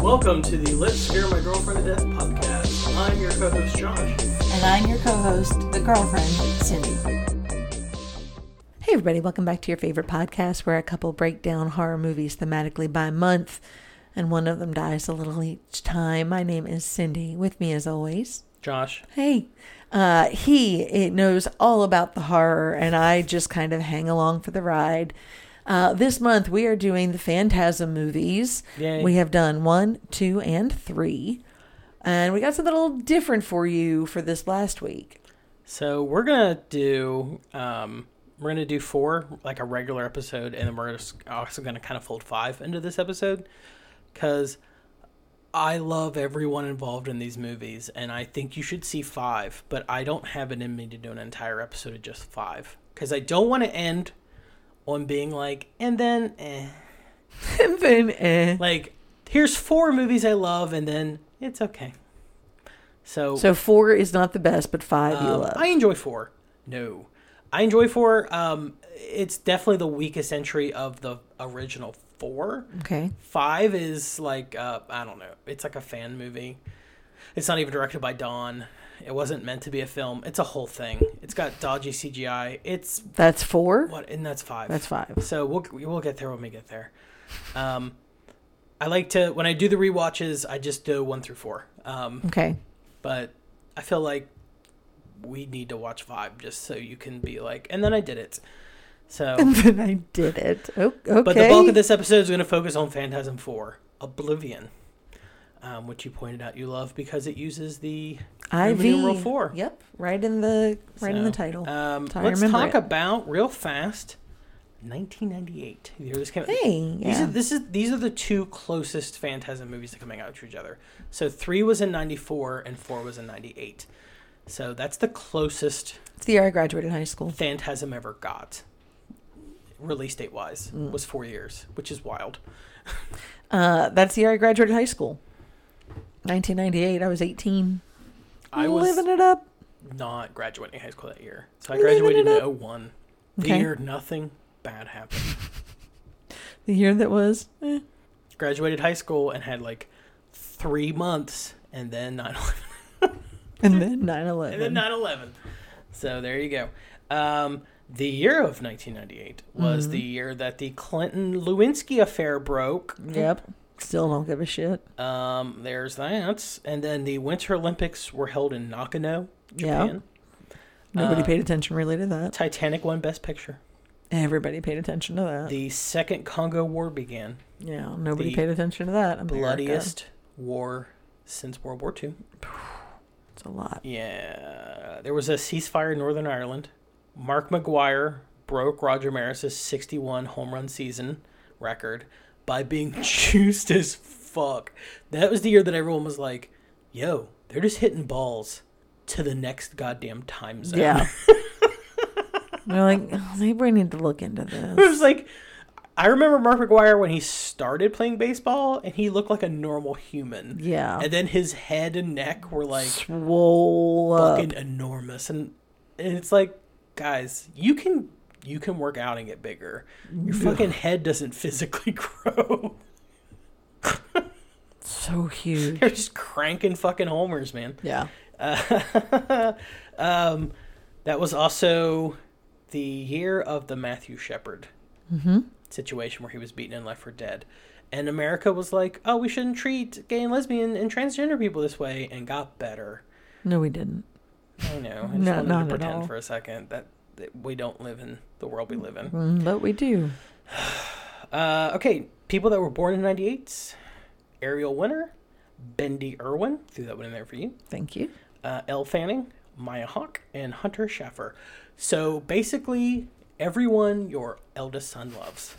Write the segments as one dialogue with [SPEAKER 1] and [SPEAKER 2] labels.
[SPEAKER 1] Welcome to the Let's Scare My Girlfriend to Death podcast. I'm your co host, Josh.
[SPEAKER 2] And I'm your co host, the girlfriend, Cindy. Hey, everybody, welcome back to your favorite podcast where a couple break down horror movies thematically by month and one of them dies a little each time. My name is Cindy. With me, as always,
[SPEAKER 1] Josh.
[SPEAKER 2] Hey, uh, he it knows all about the horror, and I just kind of hang along for the ride. Uh, this month we are doing the Phantasm movies.
[SPEAKER 1] Yay.
[SPEAKER 2] We have done one, two, and three, and we got something a little different for you for this last week.
[SPEAKER 1] So we're gonna do um, we're gonna do four like a regular episode, and then we're s- also gonna kind of fold five into this episode because I love everyone involved in these movies, and I think you should see five. But I don't have it in me to do an entire episode of just five because I don't want to end on being like, and then eh.
[SPEAKER 2] and then, eh.
[SPEAKER 1] like here's four movies I love, and then it's okay. So
[SPEAKER 2] so four is not the best, but five you
[SPEAKER 1] um,
[SPEAKER 2] love.
[SPEAKER 1] I enjoy four. No, I enjoy four. Um, it's definitely the weakest entry of the original four.
[SPEAKER 2] okay,
[SPEAKER 1] Five is like uh, I don't know. It's like a fan movie. It's not even directed by Don. It wasn't meant to be a film. It's a whole thing. It's got dodgy CGI. It's
[SPEAKER 2] that's four.
[SPEAKER 1] what, and that's five.
[SPEAKER 2] That's five.
[SPEAKER 1] So we'll we'll get there when we get there. Um, I like to when I do the rewatches, I just do one through four. Um,
[SPEAKER 2] Okay,
[SPEAKER 1] but I feel like we need to watch Vibe just so you can be like, and then I did it. So,
[SPEAKER 2] and then I did it. Oh, okay.
[SPEAKER 1] Oh. but the bulk of this episode is going to focus on Phantasm Four, Oblivion, um, which you pointed out you love because it uses the
[SPEAKER 2] IV.
[SPEAKER 1] Roman numeral four.
[SPEAKER 2] Yep, right in the right in the
[SPEAKER 1] So,
[SPEAKER 2] title.
[SPEAKER 1] Um,
[SPEAKER 2] So I
[SPEAKER 1] let's
[SPEAKER 2] Oh, remember
[SPEAKER 1] talk
[SPEAKER 2] it.
[SPEAKER 1] about real fast. 1998. You hear this came-
[SPEAKER 2] hey, yeah.
[SPEAKER 1] These are this is these are the two closest Phantasm movies to coming out to each other. So three was in '94 and four was in '98. So that's the closest
[SPEAKER 2] it's the year I graduated high school.
[SPEAKER 1] Phantasm ever got, release date wise,
[SPEAKER 2] Mm.
[SPEAKER 1] was four years, which is wild.
[SPEAKER 2] Uh, that's the year I graduated high school. 1998. I was 18.
[SPEAKER 1] I was
[SPEAKER 2] living it up.
[SPEAKER 1] not graduating high school that year, so I
[SPEAKER 2] Living
[SPEAKER 1] graduated in
[SPEAKER 2] it up.
[SPEAKER 1] 01. The
[SPEAKER 2] Okay.
[SPEAKER 1] year nothing bad happened.
[SPEAKER 2] The year that was. eh.
[SPEAKER 1] Graduated high school and had like three months, and then 9
[SPEAKER 2] And then 9 11.
[SPEAKER 1] and then 9 11. So there you go. Um, the year of 1998 was
[SPEAKER 2] Mm-hmm.
[SPEAKER 1] the year that the Clinton Lewinsky affair broke.
[SPEAKER 2] Yep. Still don't give a shit.
[SPEAKER 1] Um, there's that. And then the Winter Olympics were held in Nakano,
[SPEAKER 2] Yeah.
[SPEAKER 1] Japan.
[SPEAKER 2] Nobody
[SPEAKER 1] Uh,
[SPEAKER 2] paid attention really to that.
[SPEAKER 1] Titanic won Best Picture.
[SPEAKER 2] Everybody paid attention to that.
[SPEAKER 1] The second Congo War began.
[SPEAKER 2] yeah. Nobody
[SPEAKER 1] the
[SPEAKER 2] paid attention to that. America.
[SPEAKER 1] Bloodiest war since World War II.
[SPEAKER 2] It's a lot.
[SPEAKER 1] Yeah. There was a ceasefire in Northern Ireland. Mark McGuire broke Roger Maris's 61 home run season record by being juiced as fuck. That was the year that everyone was like, yo, they're just hitting balls to the next goddamn time zone.
[SPEAKER 2] Yeah. They're like, "Oh, maybe we need to look into this.
[SPEAKER 1] it was like I remember Mark McGuire when he started playing baseball and he looked like a normal human.
[SPEAKER 2] Yeah.
[SPEAKER 1] And then his head and neck were like
[SPEAKER 2] Swole up.
[SPEAKER 1] fucking enormous and, and it's like guys, you can you can work out and get bigger. Your fucking head doesn't physically grow.
[SPEAKER 2] So huge.
[SPEAKER 1] They're just cranking fucking homers, man.
[SPEAKER 2] Yeah.
[SPEAKER 1] Uh, um, that was also the year of the Matthew Shepard
[SPEAKER 2] Mm-hmm.
[SPEAKER 1] situation where he was beaten and left for dead. And America was like, oh, we shouldn't treat gay and lesbian and transgender people this way, and got better.
[SPEAKER 2] No, we didn't.
[SPEAKER 1] I know. I just
[SPEAKER 2] No,
[SPEAKER 1] wanted
[SPEAKER 2] not
[SPEAKER 1] to
[SPEAKER 2] at
[SPEAKER 1] pretend
[SPEAKER 2] all.
[SPEAKER 1] for a second that, that we don't live in the world we live in.
[SPEAKER 2] Mm, But we do.
[SPEAKER 1] Uh, okay, people that were born in 98 Ariel Winter, Bendy Irwin, threw that one in there for you.
[SPEAKER 2] Thank you.
[SPEAKER 1] uh, Elle Fanning, Maya Hawke, and Hunter Schaffer. So basically, everyone your eldest son loves.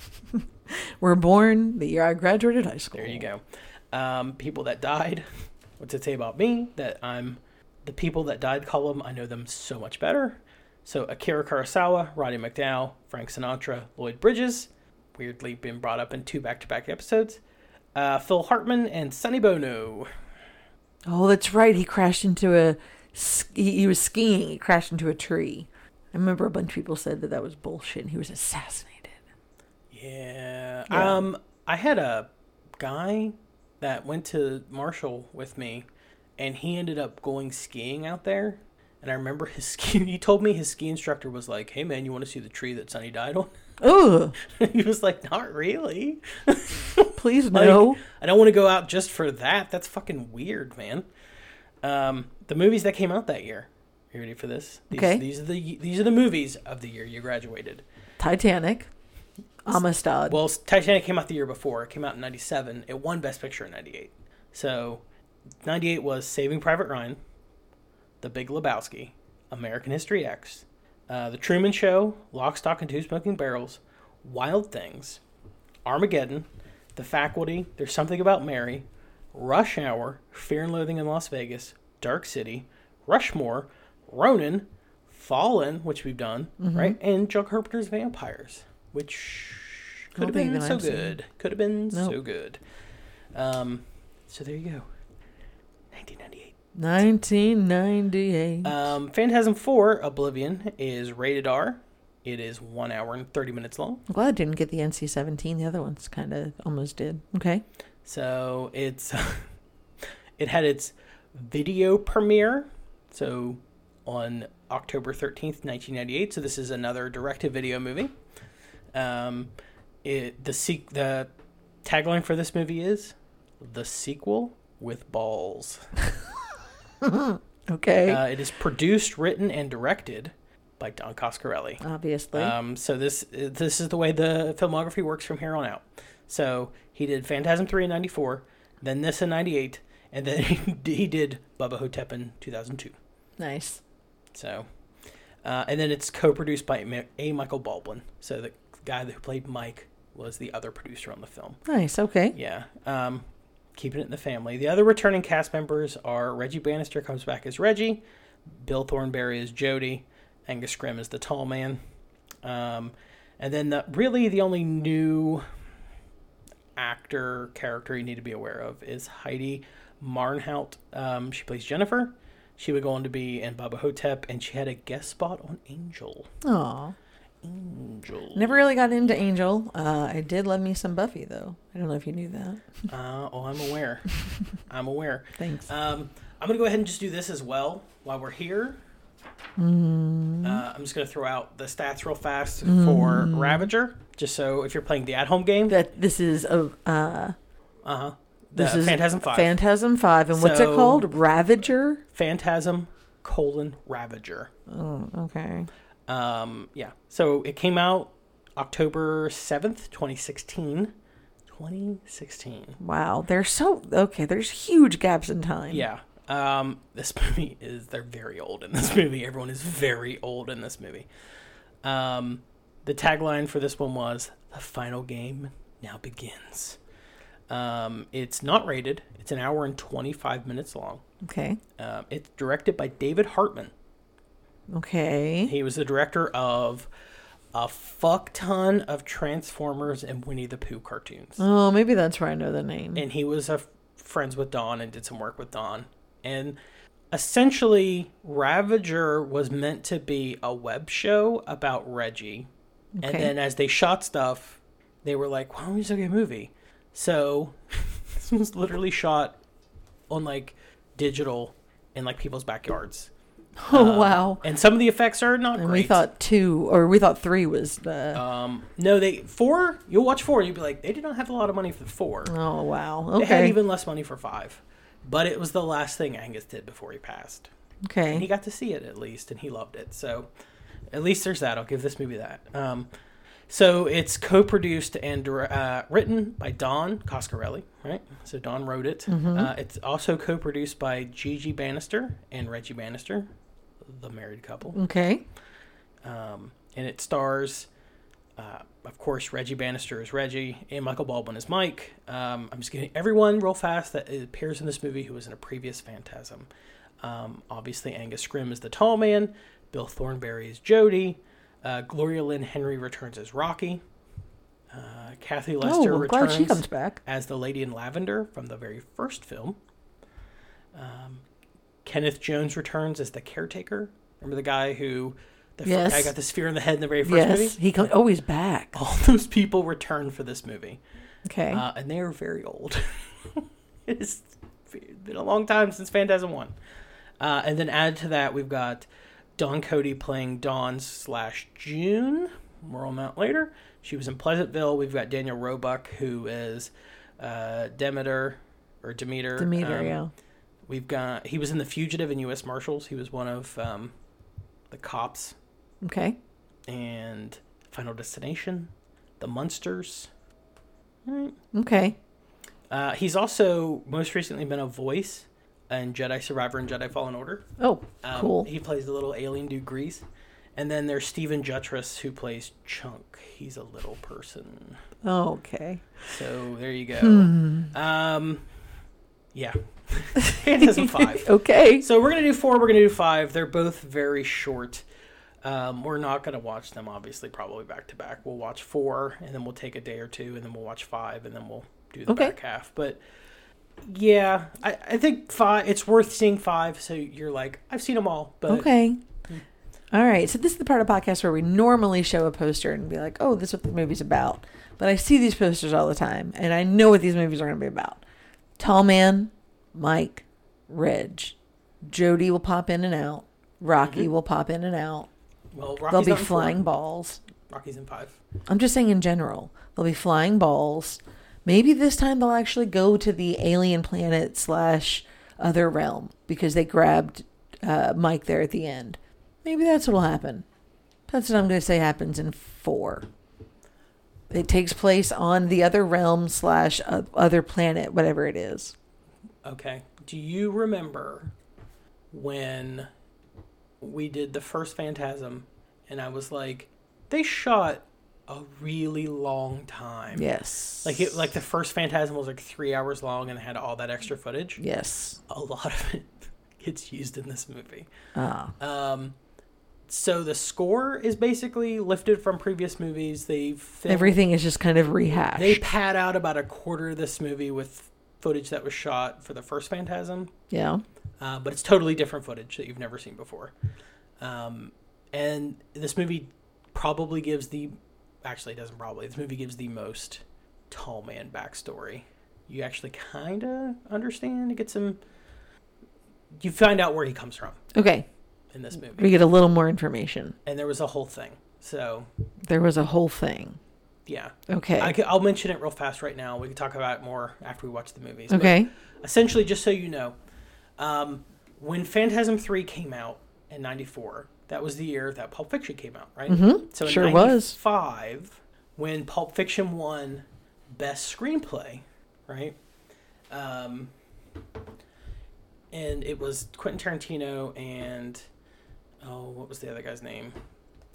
[SPEAKER 2] We're born the year I graduated high school.
[SPEAKER 1] There you go. Um, people that died. What's it say about me? That I'm the people that died column. I know them so much better. So Akira Kurosawa, Roddy McDowell, Frank Sinatra, Lloyd Bridges, weirdly been brought up in two back-to-back episodes. Uh, Phil Hartman and Sonny Bono.
[SPEAKER 2] Oh, that's right. He crashed into a. s- He, he was skiing. He crashed into a tree. I remember a bunch of people said that that was bullshit. He was assassinated.
[SPEAKER 1] Yeah.
[SPEAKER 2] Yeah.
[SPEAKER 1] Um, I had a guy that went to Marshall with me, and he ended up going skiing out there. And I remember his ski. He told me his ski instructor was like, "Hey man, you want to see the tree that Sonny died on?"
[SPEAKER 2] Ooh,
[SPEAKER 1] he was like, "Not really.
[SPEAKER 2] please
[SPEAKER 1] Like,
[SPEAKER 2] no.
[SPEAKER 1] I don't want to go out just for that. That's fucking weird, man." Um, the movies that came out that year. You ready for this? These,
[SPEAKER 2] Okay.
[SPEAKER 1] These are the these are the movies of the year you graduated.
[SPEAKER 2] Titanic, Amistad.
[SPEAKER 1] Well, Titanic came out the year before. It came out in 97. It won Best Picture in 98. So, 98 was Saving Private Ryan, The Big Lebowski, American History X, uh, The Truman Show, Lock, Stock, and Two Smoking Barrels, Wild Things, Armageddon, The Faculty, There's Something About Mary, Rush Hour, Fear and Loathing in Las Vegas, Dark City, Rushmore, Ronin, Fallen, which we've done, right? And John Carpenter's Vampires, which
[SPEAKER 2] I don't
[SPEAKER 1] could have
[SPEAKER 2] think
[SPEAKER 1] been
[SPEAKER 2] that
[SPEAKER 1] so
[SPEAKER 2] I've seen.
[SPEAKER 1] good. Could have been
[SPEAKER 2] Nope.
[SPEAKER 1] so good. Um, so there you go. 1998.
[SPEAKER 2] 1998.
[SPEAKER 1] Um, Phantasm 4 Oblivion is rated R. It is one hour and 30 minutes long.
[SPEAKER 2] I'm glad I didn't get the NC-17. The other ones kind of almost did. Okay.
[SPEAKER 1] So it's it had its video premiere so on October 13th, 1998. So this is another direct-to-video movie. Um, it the se- the tagline for this movie is the sequel with balls.
[SPEAKER 2] Okay.
[SPEAKER 1] Uh, it is produced, written, and directed by Don Coscarelli.
[SPEAKER 2] Obviously.
[SPEAKER 1] Um, so this this is the way the filmography works from here on out. So he did Phantasm three in ninety four, then this in ninety eight, and then he did Bubba Hotep in two thousand two.
[SPEAKER 2] nice.
[SPEAKER 1] So, uh, and then it's co-produced by Ma- A. Michael Baldwin. So the guy who played Mike was the other producer on the film.
[SPEAKER 2] Nice. Okay.
[SPEAKER 1] Yeah. Um, keeping it in the family. The other returning cast members are Reggie Bannister comes back as Reggie, Bill Thornberry is Jody, Angus Grimm is the tall man. Um, and then the, really the only new actor character you need to be aware of is Heidi Marnhout. Um, she plays Jennifer. She would go on to be in Baba Hotep, and she had a guest spot on Angel.
[SPEAKER 2] Aw.
[SPEAKER 1] Angel.
[SPEAKER 2] Never really got into Angel. Uh, I did love me some Buffy though. I don't know if you knew that.
[SPEAKER 1] Uh, oh, I'm aware. I'm aware.
[SPEAKER 2] Thanks.
[SPEAKER 1] Um, I'm gonna go ahead and just do this as well while we're here.
[SPEAKER 2] Mm-hmm.
[SPEAKER 1] Uh, I'm just gonna throw out the stats real fast for Ravager, just so if you're playing the at-home game,
[SPEAKER 2] that this is a uh,
[SPEAKER 1] uh huh, the
[SPEAKER 2] this is
[SPEAKER 1] Phantasm Five,
[SPEAKER 2] Phantasm Five, and what's it
[SPEAKER 1] So-
[SPEAKER 2] called? Ravager.
[SPEAKER 1] Phantasm colon Ravager.
[SPEAKER 2] Oh, okay.
[SPEAKER 1] Um, yeah. So it came out October seventh, 2016. 2016.
[SPEAKER 2] Wow, they're so okay. There's huge gaps in time.
[SPEAKER 1] Yeah. Um, this movie is they're very old in this movie. Everyone is very old in this movie. Um, the tagline for this one was "The final game now begins." Um, it's not rated. It's an hour and twenty five minutes long.
[SPEAKER 2] Okay.
[SPEAKER 1] Um, it's directed by David Hartman.
[SPEAKER 2] Okay.
[SPEAKER 1] He was the director of a fuck ton of Transformers and Winnie the Pooh cartoons.
[SPEAKER 2] Oh, maybe that's where I know the name.
[SPEAKER 1] and he was a f- friends with Don and did some work with Don. And essentially, Ravager was meant to be a web show about Reggie.
[SPEAKER 2] Okay.
[SPEAKER 1] And then as they shot stuff, they were like, "Why don't we just make a movie?" So this was literally shot on like digital in like people's backyards. Um,
[SPEAKER 2] oh wow.
[SPEAKER 1] And some of the effects are not
[SPEAKER 2] And
[SPEAKER 1] great.
[SPEAKER 2] we thought two, or we thought three was the.
[SPEAKER 1] um, no, they four. You'll watch four, and you'll be like, they did not have a lot of money for four.
[SPEAKER 2] oh wow.
[SPEAKER 1] Uh, They had
[SPEAKER 2] Okay.
[SPEAKER 1] even less money for five, but it was the last thing Angus did before he passed,
[SPEAKER 2] okay.
[SPEAKER 1] and he got to see it at least, and he loved it. So, at least there's that. I'll give this movie that. Um, so it's co-produced and dir- uh, written by Don Coscarelli, right? So Don wrote it.
[SPEAKER 2] Mm-hmm.
[SPEAKER 1] Uh, it's also co-produced by Gigi Bannister and Reggie Bannister, the married couple,
[SPEAKER 2] okay.
[SPEAKER 1] um, and it stars. Uh, of course, Reggie Bannister is Reggie, and Michael Baldwin is Mike. Um, I'm just getting everyone real fast that appears in this movie who was in a previous Phantasm. Um, obviously, Angus Grimm is the tall man. Bill Thornberry is Jody. Uh, Gloria Lynn Henry returns as Rocky. Uh, Kathy Lester
[SPEAKER 2] oh, I'm glad
[SPEAKER 1] returns
[SPEAKER 2] she comes back.
[SPEAKER 1] as the Lady in Lavender from the very first film. Um, Kenneth Jones returns as the caretaker. Remember the guy who the
[SPEAKER 2] Yes.
[SPEAKER 1] fir- guy got the sphere in the head in the very first
[SPEAKER 2] Yes,
[SPEAKER 1] movie?
[SPEAKER 2] he comes. Oh, he's back.
[SPEAKER 1] All those people return for this movie.
[SPEAKER 2] Okay.
[SPEAKER 1] Uh, and they are very old. It's been a long time since Phantasm One. Uh, and then added to that, we've got Don Cody playing Dawn slash June. More on that later. She was in Pleasantville. We've got Daniel Roebuck, who is uh, Demeter or Demeter.
[SPEAKER 2] Demeter,
[SPEAKER 1] um,
[SPEAKER 2] yeah.
[SPEAKER 1] We've got he was in The Fugitive and U.S. Marshals. He was one of um, the cops
[SPEAKER 2] Okay.
[SPEAKER 1] and Final Destination, The Munsters. Alright.
[SPEAKER 2] Okay.
[SPEAKER 1] Uh, he's also most recently been a voice in Jedi Survivor and Jedi Fallen Order.
[SPEAKER 2] Oh,
[SPEAKER 1] Um,
[SPEAKER 2] cool.
[SPEAKER 1] He plays the little alien dude Grease. And then there's Steven Jutras who plays Chunk. He's a little person.
[SPEAKER 2] Okay.
[SPEAKER 1] So there you go.
[SPEAKER 2] Hmm.
[SPEAKER 1] Um, yeah. Phantasm 5.
[SPEAKER 2] Okay.
[SPEAKER 1] So we're gonna do four. We're gonna do five. They're both very short. Um, we're not gonna watch them obviously probably back to back. We'll watch four, and then we'll take a day or two, and then we'll watch five, and then we'll do the
[SPEAKER 2] Okay.
[SPEAKER 1] back half. But yeah, I, I think five. It's worth seeing five. So you're like, I've seen them all, but Hmm.
[SPEAKER 2] Okay. All right. So this is the part of the podcast where we normally show a poster and be like, "Oh, this is what the movie's about." But I see these posters all the time, and I know what these movies are going to be about. Tall man, Mike, Reg, Jody will pop in and out. Rocky will pop in and out.
[SPEAKER 1] well, Mm-hmm. Rocky's
[SPEAKER 2] They'll
[SPEAKER 1] not
[SPEAKER 2] be
[SPEAKER 1] in four.
[SPEAKER 2] flying balls.
[SPEAKER 1] Rocky's in five.
[SPEAKER 2] I'm just saying in general, they'll be flying balls. Maybe this time they'll actually go to the alien planet slash other realm because they grabbed uh, Mike there at the end. Maybe that's what'll happen. That's what I'm going to say happens in four. It takes place on the other realm slash o- other planet, whatever it is.
[SPEAKER 1] Okay. Do you remember when we did the first Phantasm and I was like, they shot a really long time.
[SPEAKER 2] Yes.
[SPEAKER 1] Like it, like the first Phantasm was like three hours long and had all that extra footage.
[SPEAKER 2] yes.
[SPEAKER 1] A lot of it gets used in this movie.
[SPEAKER 2] Ah.
[SPEAKER 1] Um, so the score is basically lifted from previous movies. They filmed,
[SPEAKER 2] Everything is just kind of rehashed.
[SPEAKER 1] they pad out about a quarter of this movie with footage that was shot for the first Phantasm
[SPEAKER 2] yeah.
[SPEAKER 1] uh, but it's totally different footage that you've never seen before. Um, and this movie probably gives the actually it doesn't probably this movie gives the most tall man backstory. You actually kind of understand. You get some. You find out where he comes from
[SPEAKER 2] Okay.
[SPEAKER 1] in this movie,
[SPEAKER 2] We get a little more information.
[SPEAKER 1] and there was a whole thing. So
[SPEAKER 2] There was a whole thing.
[SPEAKER 1] yeah,
[SPEAKER 2] Okay.
[SPEAKER 1] I could, I'll mention it real fast right now. We can talk about it more after we watch the movies. but
[SPEAKER 2] okay.
[SPEAKER 1] essentially, just so you know, um, when Phantasm 3 came out in 94, that was the year that Pulp Fiction came out, right?
[SPEAKER 2] Mhm.
[SPEAKER 1] So in
[SPEAKER 2] Sure was.
[SPEAKER 1] 95, when Pulp Fiction won Best Screenplay, right? Um, and it was Quentin Tarantino and, oh, what was the other guy's name?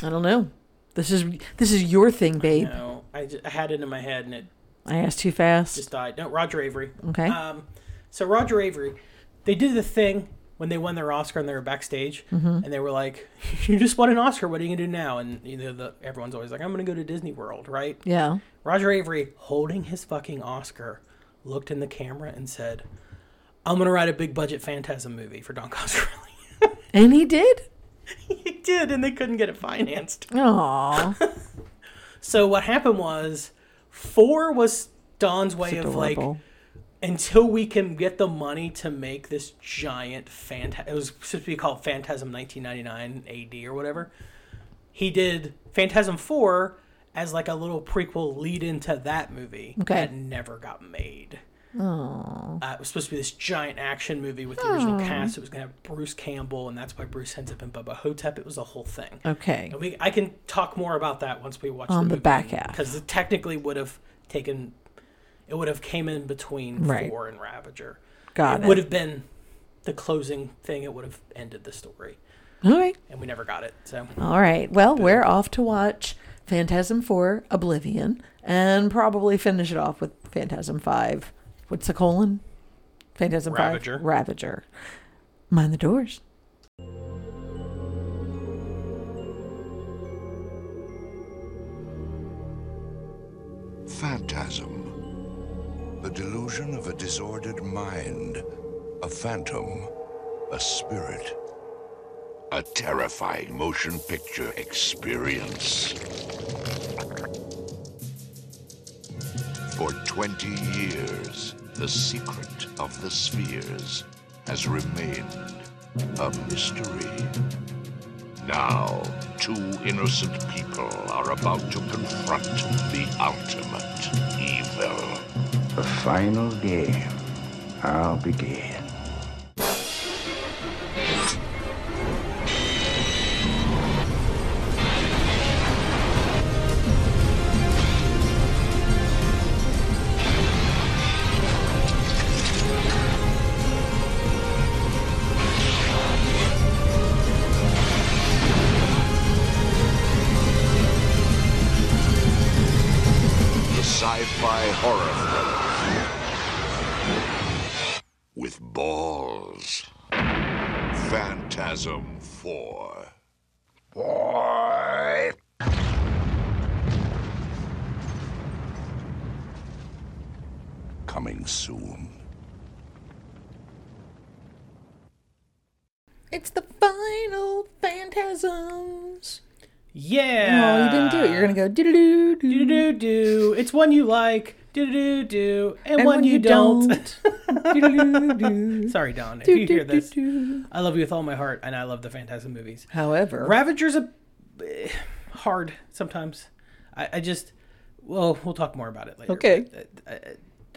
[SPEAKER 2] I don't know. This is this is your thing, babe.
[SPEAKER 1] No, I, ju- I had it in my head and it
[SPEAKER 2] I asked too fast.
[SPEAKER 1] just died. No, Roger Avery.
[SPEAKER 2] okay.
[SPEAKER 1] Um, so Roger Avery, they did the thing when they won their Oscar and they were backstage,
[SPEAKER 2] Mm-hmm.
[SPEAKER 1] and they were like, "You just won an Oscar. What are you gonna do now?" And you know, the, everyone's always like, "I'm gonna go to Disney World," right?
[SPEAKER 2] yeah.
[SPEAKER 1] Roger Avery, holding his fucking Oscar, looked in the camera and said, "I'm gonna write a big budget Phantasm movie for Don Coscarelli."
[SPEAKER 2] And he did.
[SPEAKER 1] he did, and they couldn't get it financed.
[SPEAKER 2] Aww.
[SPEAKER 1] So what happened was, four was Don's way of like
[SPEAKER 2] adorable.
[SPEAKER 1] until we can get the money to make this giant phantasm. It was supposed to be called Phantasm 1999 AD or whatever. He did Phantasm 4 as like a little prequel lead into that movie
[SPEAKER 2] Okay.
[SPEAKER 1] that never got made.
[SPEAKER 2] Aww.
[SPEAKER 1] Uh, it was supposed to be this giant action movie with the original cast. It was going to have Bruce Campbell, and that's why Bruce ends up in Bubba Hotep. It was a whole thing.
[SPEAKER 2] Okay.
[SPEAKER 1] And we, I can talk more about that once we watch
[SPEAKER 2] On the
[SPEAKER 1] the,
[SPEAKER 2] back half.
[SPEAKER 1] because it technically would have taken, it would have came in between
[SPEAKER 2] Right.
[SPEAKER 1] Four and Ravager.
[SPEAKER 2] Got
[SPEAKER 1] would
[SPEAKER 2] it.
[SPEAKER 1] have been the closing thing. It would have ended the story,
[SPEAKER 2] All right.
[SPEAKER 1] and we never got it. So
[SPEAKER 2] All right. Well, we're off to watch Phantasm 4 Oblivion and probably finish it off with Phantasm 5. What's the colon? Phantasm
[SPEAKER 1] Ravager.
[SPEAKER 2] 5. Ravager. Mind the doors.
[SPEAKER 3] Phantasm. The delusion of a disordered mind, a phantom, a spirit. A terrifying motion picture experience. For 20 years, the secret of the spheres has remained a mystery. Now, two innocent people are about to confront the ultimate evil.
[SPEAKER 4] The final game. I'll begin.
[SPEAKER 3] The sci-fi horror thriller with balls. Phantasm 4. Boy. Coming soon.
[SPEAKER 2] It's the final phantasms.
[SPEAKER 1] Yeah.
[SPEAKER 2] Oh, you didn't do it. You're gonna go doo doo doo
[SPEAKER 1] do
[SPEAKER 2] doo
[SPEAKER 1] do do. It's one you like. Do do do. And, one you, don't.
[SPEAKER 2] Doo-doo-doo-doo.
[SPEAKER 1] Sorry, Don. If you hear this,
[SPEAKER 2] Doo-doo-doo-doo.
[SPEAKER 1] I love you with all my heart, and I love the Phantasm movies.
[SPEAKER 2] However,
[SPEAKER 1] Ravager's a eh, hard sometimes. I, I just well, we'll talk more about it later.
[SPEAKER 2] Okay.
[SPEAKER 1] but, uh,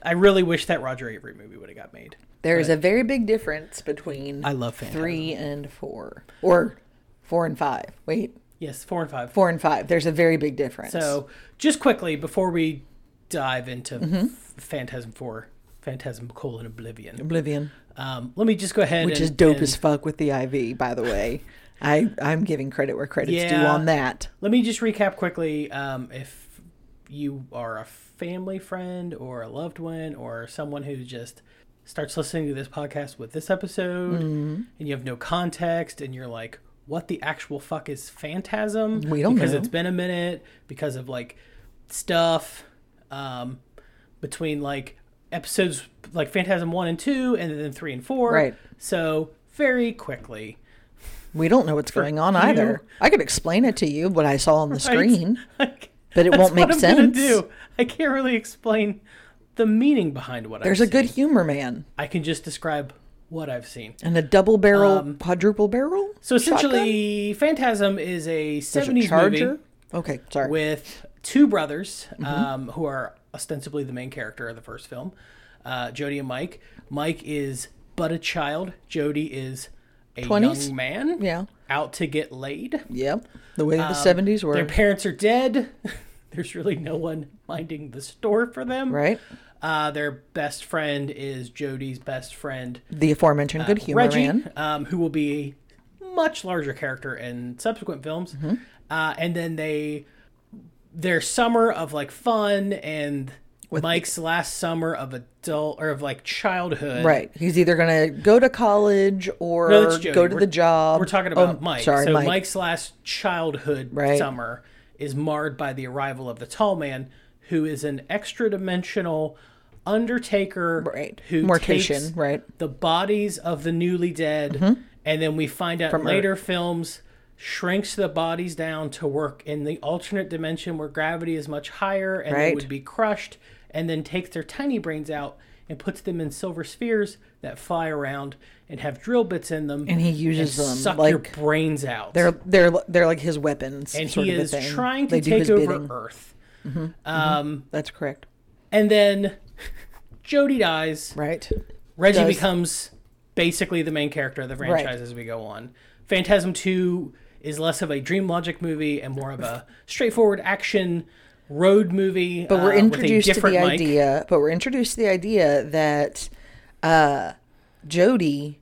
[SPEAKER 1] I, I really wish that Roger Avery movie would have got made.
[SPEAKER 2] there is a very big difference between
[SPEAKER 1] I love Phantasm.
[SPEAKER 2] three and four, or four and five. Wait,
[SPEAKER 1] Yes, four and five.
[SPEAKER 2] four and five. There's a very big difference.
[SPEAKER 1] So, just quickly before we dive into
[SPEAKER 2] Mm-hmm.
[SPEAKER 1] F- Phantasm Four, Phantasm colon Oblivion,
[SPEAKER 2] Oblivion,
[SPEAKER 1] um, let me just go ahead,
[SPEAKER 2] which
[SPEAKER 1] and-
[SPEAKER 2] is dope
[SPEAKER 1] and-
[SPEAKER 2] as fuck with the IV, by the way. I I'm giving credit where credit's due
[SPEAKER 1] Yeah.
[SPEAKER 2] on that.
[SPEAKER 1] Let me just recap quickly. Um, if you are a family friend or a loved one or someone who just starts listening to this podcast with this episode
[SPEAKER 2] Mm-hmm.
[SPEAKER 1] and you have no context and you're like, what the actual fuck is Phantasm?
[SPEAKER 2] We don't
[SPEAKER 1] because
[SPEAKER 2] know.
[SPEAKER 1] it's been a minute because of like stuff um, between like episodes like Phantasm one and two and then three and four.
[SPEAKER 2] Right.
[SPEAKER 1] So very quickly.
[SPEAKER 2] We don't know what's going on either. I could explain it to you what I saw on the screen.
[SPEAKER 1] Like,
[SPEAKER 2] But it
[SPEAKER 1] that's
[SPEAKER 2] won't make
[SPEAKER 1] what I'm gonna
[SPEAKER 2] sense.
[SPEAKER 1] do. I can't really explain the meaning behind what
[SPEAKER 2] There's a
[SPEAKER 1] I've
[SPEAKER 2] good
[SPEAKER 1] seen.
[SPEAKER 2] humor man
[SPEAKER 1] I can just describe what I've seen.
[SPEAKER 2] and a double barrel, quadruple barrel.
[SPEAKER 1] Um, So essentially, Phantasm is a
[SPEAKER 2] There's a
[SPEAKER 1] '70s
[SPEAKER 2] charger. Mm-hmm.
[SPEAKER 1] movie
[SPEAKER 2] Okay, sorry.
[SPEAKER 1] with two brothers um, who are ostensibly the main character of the first film, uh, Jody and Mike. Mike is but a child. Jody is a
[SPEAKER 2] 20s?
[SPEAKER 1] young man
[SPEAKER 2] Yeah.
[SPEAKER 1] out to get laid.
[SPEAKER 2] Yep. The way that the seventies were.
[SPEAKER 1] Um, Their parents are dead. There's really no one minding the store for them.
[SPEAKER 2] right.
[SPEAKER 1] Uh, their best friend is Jody's best friend,
[SPEAKER 2] The aforementioned good humor
[SPEAKER 1] Uh, Reggie,
[SPEAKER 2] man.
[SPEAKER 1] um, who will be a much larger character in subsequent films. Uh, and then they, their summer of like fun and Mike's last summer of adult or of like childhood.
[SPEAKER 2] Right. He's either gonna go to college or
[SPEAKER 1] Uh, No, that's Jody.
[SPEAKER 2] go to
[SPEAKER 1] We're-
[SPEAKER 2] the job.
[SPEAKER 1] We're talking
[SPEAKER 2] Oh,
[SPEAKER 1] about Mike.
[SPEAKER 2] Sorry,
[SPEAKER 1] so
[SPEAKER 2] Mike.
[SPEAKER 1] Mike's last childhood
[SPEAKER 2] Right.
[SPEAKER 1] summer is marred by the arrival of the tall man, who is an extra dimensional undertaker
[SPEAKER 2] Right.
[SPEAKER 1] who
[SPEAKER 2] Mortician,
[SPEAKER 1] takes
[SPEAKER 2] right. Mm-hmm.
[SPEAKER 1] the bodies of the newly dead and then we find out later films shrinks the bodies down to work in the alternate dimension where gravity is much higher and they
[SPEAKER 2] Right.
[SPEAKER 1] would be crushed and then takes their tiny brains out and puts them in silver spheres that fly around and have drill bits in them
[SPEAKER 2] And he uses them,
[SPEAKER 1] suck your
[SPEAKER 2] like-
[SPEAKER 1] brains out
[SPEAKER 2] They're they're they're like his weapons.
[SPEAKER 1] and
[SPEAKER 2] sort
[SPEAKER 1] he
[SPEAKER 2] of a
[SPEAKER 1] is
[SPEAKER 2] thing.
[SPEAKER 1] trying to
[SPEAKER 2] They do
[SPEAKER 1] take
[SPEAKER 2] his
[SPEAKER 1] over
[SPEAKER 2] bidding.
[SPEAKER 1] earth
[SPEAKER 2] That's correct.
[SPEAKER 1] and then jody dies
[SPEAKER 2] Right.
[SPEAKER 1] Reggie
[SPEAKER 2] does-
[SPEAKER 1] becomes basically the main character of the franchise as we go on. Phantasm 2 is less of a dream logic movie and more of a straightforward action road movie.
[SPEAKER 2] But we're
[SPEAKER 1] uh, with a
[SPEAKER 2] introduced to the
[SPEAKER 1] different mic.
[SPEAKER 2] idea. But we're introduced to the idea that uh, Jody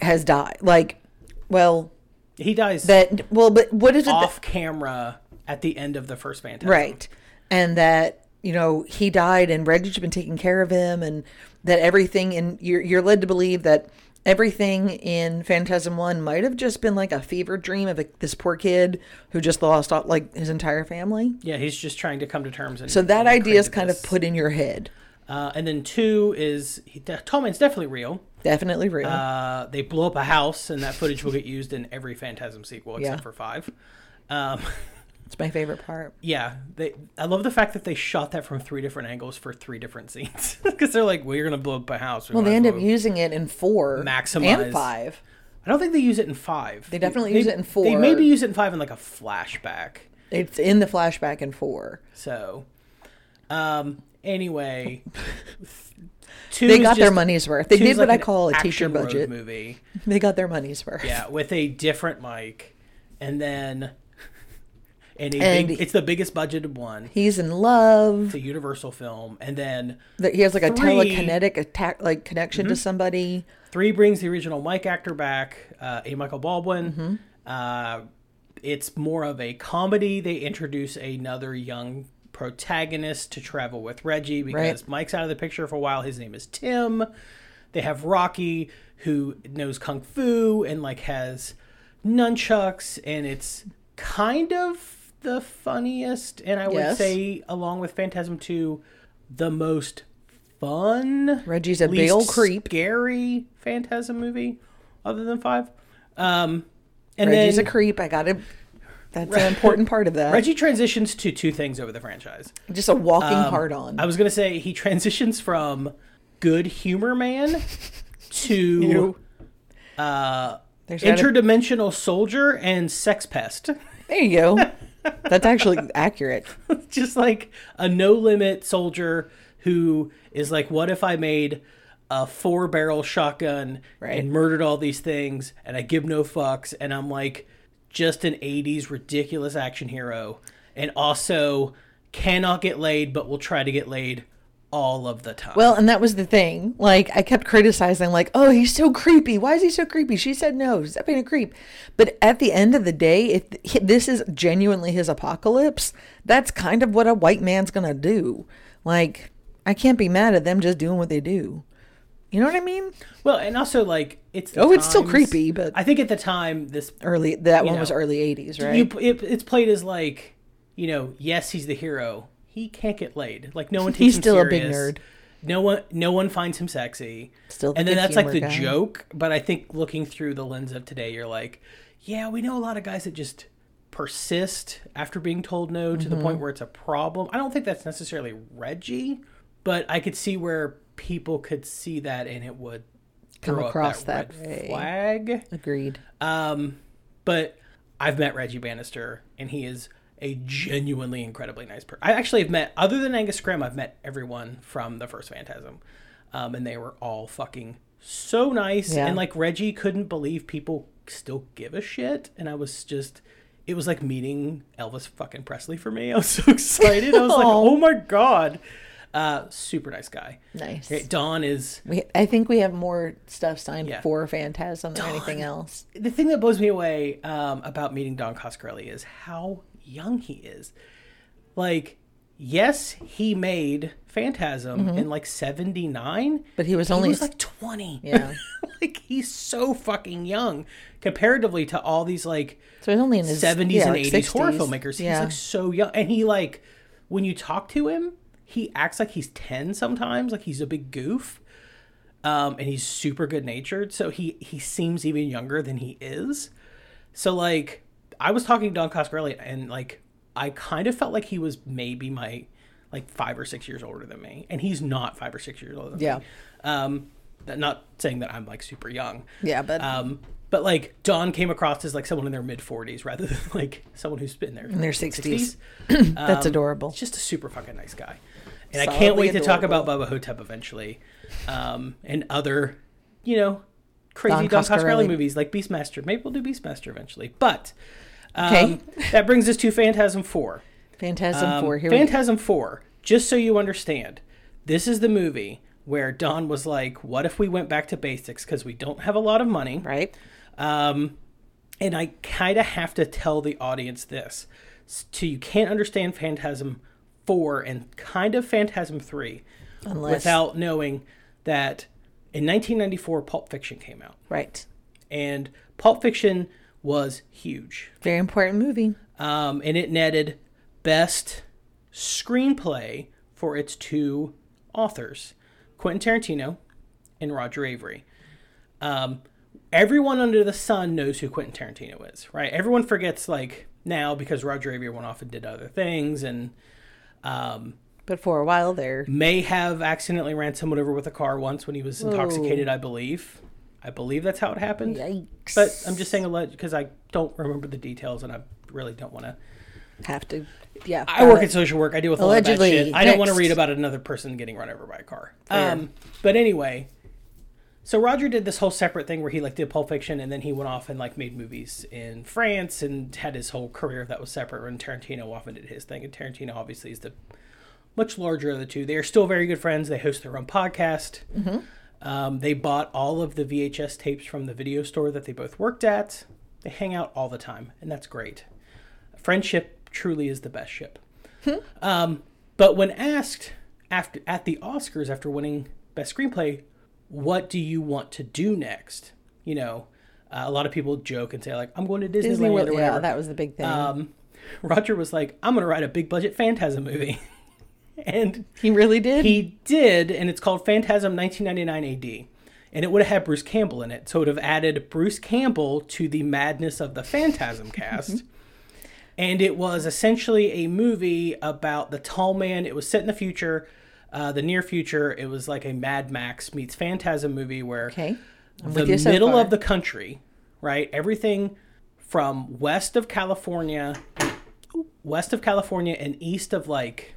[SPEAKER 2] has died. Like, well,
[SPEAKER 1] He dies
[SPEAKER 2] that well, but what is it? that-
[SPEAKER 1] off camera at the end of the first Phantasm.
[SPEAKER 2] right, and that you know he died, and Reggie's been taking care of him, and that everything. And you're you're led to believe that everything in Phantasm One might have just been like a fever dream of a, this poor kid who just lost all, like his entire family.
[SPEAKER 1] Yeah, he's just trying to come to terms. And,
[SPEAKER 2] So that
[SPEAKER 1] and
[SPEAKER 2] idea is
[SPEAKER 1] created
[SPEAKER 2] kind
[SPEAKER 1] this.
[SPEAKER 2] of put in your head.
[SPEAKER 1] Uh, and then two is he, the tall man's definitely real.
[SPEAKER 2] Definitely real.
[SPEAKER 1] Uh, they blow up a house, and that footage will get used in every Phantasm sequel except
[SPEAKER 2] Yeah.
[SPEAKER 1] for five. Um,
[SPEAKER 2] It's my favorite part.
[SPEAKER 1] Yeah, they. I love the fact that they shot that from three different angles for three different scenes because they're like, "We're gonna blow up a house." We
[SPEAKER 2] Well,
[SPEAKER 1] might
[SPEAKER 2] they
[SPEAKER 1] as
[SPEAKER 2] end up
[SPEAKER 1] well."
[SPEAKER 2] using it in four,
[SPEAKER 1] Maximize.
[SPEAKER 2] and five.
[SPEAKER 1] I don't think they use it in five.
[SPEAKER 2] They definitely use it in
[SPEAKER 1] They
[SPEAKER 2] four.
[SPEAKER 1] maybe use it in five in like a flashback.
[SPEAKER 2] It's in the flashback in four.
[SPEAKER 1] So, um, anyway, two
[SPEAKER 2] They
[SPEAKER 1] is
[SPEAKER 2] got their
[SPEAKER 1] just-
[SPEAKER 2] money's worth. They
[SPEAKER 1] two is
[SPEAKER 2] did what
[SPEAKER 1] like
[SPEAKER 2] I
[SPEAKER 1] an
[SPEAKER 2] call a
[SPEAKER 1] action
[SPEAKER 2] teacher
[SPEAKER 1] road
[SPEAKER 2] budget.
[SPEAKER 1] movie.
[SPEAKER 2] They got their money's worth.
[SPEAKER 1] Yeah, with a different mic, and then and, a
[SPEAKER 2] And-
[SPEAKER 1] big, it's the biggest budgeted one.
[SPEAKER 2] He's in love.
[SPEAKER 1] It's a Universal film, and then
[SPEAKER 2] That He has like a
[SPEAKER 1] Three. Mm-hmm.
[SPEAKER 2] telekinetic attack, like connection to somebody.
[SPEAKER 1] three brings the original mic actor back, uh, a Michael Baldwin. Uh, it's more of a comedy. They introduce another young protagonist to travel with Reggie because Mike's out of the picture for a while. His name is Tim. They have Rocky, who knows kung fu and like has nunchucks, and it's kind of the funniest, and I would
[SPEAKER 2] Yes.
[SPEAKER 1] say, along with Phantasm Two, the most fun.
[SPEAKER 2] Reggie's a big old creep.
[SPEAKER 1] Scary Phantasm movie, other than five. Um, and
[SPEAKER 2] Reggie's
[SPEAKER 1] then
[SPEAKER 2] a creep. I got it. That's an important part of that.
[SPEAKER 1] Reggie transitions to two things over the franchise.
[SPEAKER 2] Just a walking hard on.
[SPEAKER 1] Um, I was gonna say he transitions from good humor man to
[SPEAKER 2] There's not a-
[SPEAKER 1] interdimensional soldier and sex pest.
[SPEAKER 2] there you go. That's actually accurate.
[SPEAKER 1] just like a no limit soldier who is like, what if I made a four barrel shotgun
[SPEAKER 2] Right.
[SPEAKER 1] and murdered all these things and I give no fucks and I'm like just an 80s ridiculous action hero and also cannot get laid but will try to get laid all of the time.
[SPEAKER 2] Well, and that was the thing. Like, I kept criticizing, like, oh, he's so creepy. Why is he so creepy? She said no. Stop being a creep. But at the end of the day, if he- this is genuinely his apocalypse, that's kind of what a white man's going to do. Like, I can't be mad at them just doing what they do. You know what I mean?
[SPEAKER 1] Well, and also like it's the
[SPEAKER 2] Oh, it's still
[SPEAKER 1] times-
[SPEAKER 2] creepy, but-
[SPEAKER 1] I think at the time this
[SPEAKER 2] Early, that one was
[SPEAKER 1] know,
[SPEAKER 2] early 80s, right?
[SPEAKER 1] you it, it's played as like you know yes he's the hero he can't get laid like no one takes
[SPEAKER 2] He's
[SPEAKER 1] him
[SPEAKER 2] still a big
[SPEAKER 1] serious.
[SPEAKER 2] nerd.
[SPEAKER 1] no one no one finds him sexy
[SPEAKER 2] Still the
[SPEAKER 1] and then
[SPEAKER 2] good
[SPEAKER 1] that's like the
[SPEAKER 2] humor guy.
[SPEAKER 1] joke but i think looking through the lens of today you're like yeah we know a lot of guys that just persist after being told no to the
[SPEAKER 2] Mm-hmm.
[SPEAKER 1] point where it's a problem i don't think that's necessarily reggie but i could see where people could see that and it would
[SPEAKER 2] Come
[SPEAKER 1] throw up
[SPEAKER 2] across that
[SPEAKER 1] red
[SPEAKER 2] way.
[SPEAKER 1] flag
[SPEAKER 2] Agreed.
[SPEAKER 1] um, but I've met Reggie Bannister, and he is a genuinely incredibly nice person. I actually have met, other than Angus Grimm, I've met everyone from the first Phantasm, um, and they were all fucking so nice.
[SPEAKER 2] Yeah.
[SPEAKER 1] And like Reggie couldn't believe people still give a shit, and I was just. It was like meeting Elvis fucking Presley for me. I was so excited. I was like,
[SPEAKER 2] Aw.
[SPEAKER 1] "Oh my god!" Uh, super nice guy.
[SPEAKER 2] Nice.
[SPEAKER 1] Okay, Don is
[SPEAKER 2] We, I think we have more stuff signed
[SPEAKER 1] Yeah.
[SPEAKER 2] for Phantasm than anything else.
[SPEAKER 1] the thing that blows me away um, about meeting Don Coscarelli is how young he is. Like, yes, he made Phantasm in like '79,
[SPEAKER 2] Mm-hmm. But he was
[SPEAKER 1] he
[SPEAKER 2] only
[SPEAKER 1] was like 20.
[SPEAKER 2] Yeah.
[SPEAKER 1] like he's so fucking young comparatively to all these like
[SPEAKER 2] So he's only in his
[SPEAKER 1] 70s
[SPEAKER 2] yeah,
[SPEAKER 1] and
[SPEAKER 2] like
[SPEAKER 1] 80s horror
[SPEAKER 2] 60s.
[SPEAKER 1] filmmakers. He's
[SPEAKER 2] Yeah.
[SPEAKER 1] like so young, and he like when you talk to him, he acts like he's 10 sometimes, like he's a big goof. Um, and he's super good natured, so he he seems even younger than he is. So like I was talking to Don Coscarelli and like I kind of felt like he was maybe my like five or six years older than me. And he's not five or six years older than
[SPEAKER 2] Yeah.
[SPEAKER 1] me. Um that- not saying that I'm like super young.
[SPEAKER 2] Yeah, but-
[SPEAKER 1] um but like Don came across as like someone in their mid forties rather than like someone who's been there in
[SPEAKER 2] their 60s.
[SPEAKER 1] Um,
[SPEAKER 2] That's adorable.
[SPEAKER 1] Just a super fucking nice guy. And I can't
[SPEAKER 2] Solidly
[SPEAKER 1] wait to talk about Bubba Hotep eventually. Um and other, you know, crazy
[SPEAKER 2] Don
[SPEAKER 1] Don, Coscarelli
[SPEAKER 2] Coscarelli.
[SPEAKER 1] movies like Beastmaster. Maybe we'll do Beastmaster eventually. But
[SPEAKER 2] Okay.
[SPEAKER 1] um, that brings us to Phantasm 4.
[SPEAKER 2] Phantasm
[SPEAKER 1] Um,
[SPEAKER 2] Four. Here we go.
[SPEAKER 1] Phantasm 4, just so you understand, this is the movie where Don was like, what if we went back to basics because we don't have a lot of money?
[SPEAKER 2] Right.
[SPEAKER 1] Um, and I kind of have to tell the audience this. S- To you can't understand Phantasm 4 and kind of Phantasm 3
[SPEAKER 2] Unless
[SPEAKER 1] without knowing that in 1994, Pulp Fiction came out.
[SPEAKER 2] right.
[SPEAKER 1] And Pulp Fiction was huge.
[SPEAKER 2] Very important movie.
[SPEAKER 1] Um, and it netted best screenplay for its two authors, Quentin Tarantino and Roger Avery. Um, everyone under the sun knows who Quentin Tarantino is, right? Everyone forgets like now because Roger Avery went off and did other things and
[SPEAKER 2] But for a while there,
[SPEAKER 1] may have accidentally ran someone over with a car once when he was intoxicated, I believe. I believe that's how it happened.
[SPEAKER 2] yikes.
[SPEAKER 1] But I'm just saying a lot because I don't remember the details and I really don't want to.
[SPEAKER 2] have to. Yeah.
[SPEAKER 1] I work in social work. I deal with a
[SPEAKER 2] Allegedly,
[SPEAKER 1] lot of bad shit. I don't want to
[SPEAKER 2] next.
[SPEAKER 1] read about another person getting run over by a car. Um, but anyway, so Roger did this whole separate thing where he like did Pulp Fiction and then he went off and like made movies in France and had his whole career that was separate. And Tarantino often did his thing, and Tarantino obviously is the much larger of the two. They are still very good friends. They host their own podcast.
[SPEAKER 2] Mm-hmm.
[SPEAKER 1] Um, they bought all of the VHS tapes from the video store that they both worked at. They hang out all the time, and that's great. Friendship truly is the best ship.
[SPEAKER 2] Hmm.
[SPEAKER 1] Um, But when asked after at the Oscars after winning Best Screenplay, what do you want to do next? You know, uh, a lot of people joke and say like, "I'm going to Disneyland."
[SPEAKER 2] Disney World.
[SPEAKER 1] or
[SPEAKER 2] Yeah,
[SPEAKER 1] whatever.
[SPEAKER 2] that was the big thing.
[SPEAKER 1] Um, Roger was like, "I'm going to write a big budget Phantasm movie," and
[SPEAKER 2] he really did.
[SPEAKER 1] he did, and it's called Phantasm 1999 AD. And it would have had Bruce Campbell in it, so it would have added Bruce Campbell to the madness of the Phantasm cast. and it was essentially a movie about the tall man. It was set in the future, uh, the near future. It was like a Mad Max meets Phantasm movie where
[SPEAKER 2] okay. I'm
[SPEAKER 1] the
[SPEAKER 2] with you so
[SPEAKER 1] middle
[SPEAKER 2] far.
[SPEAKER 1] of the country, right? Everything from west of California, west of California, and east of like,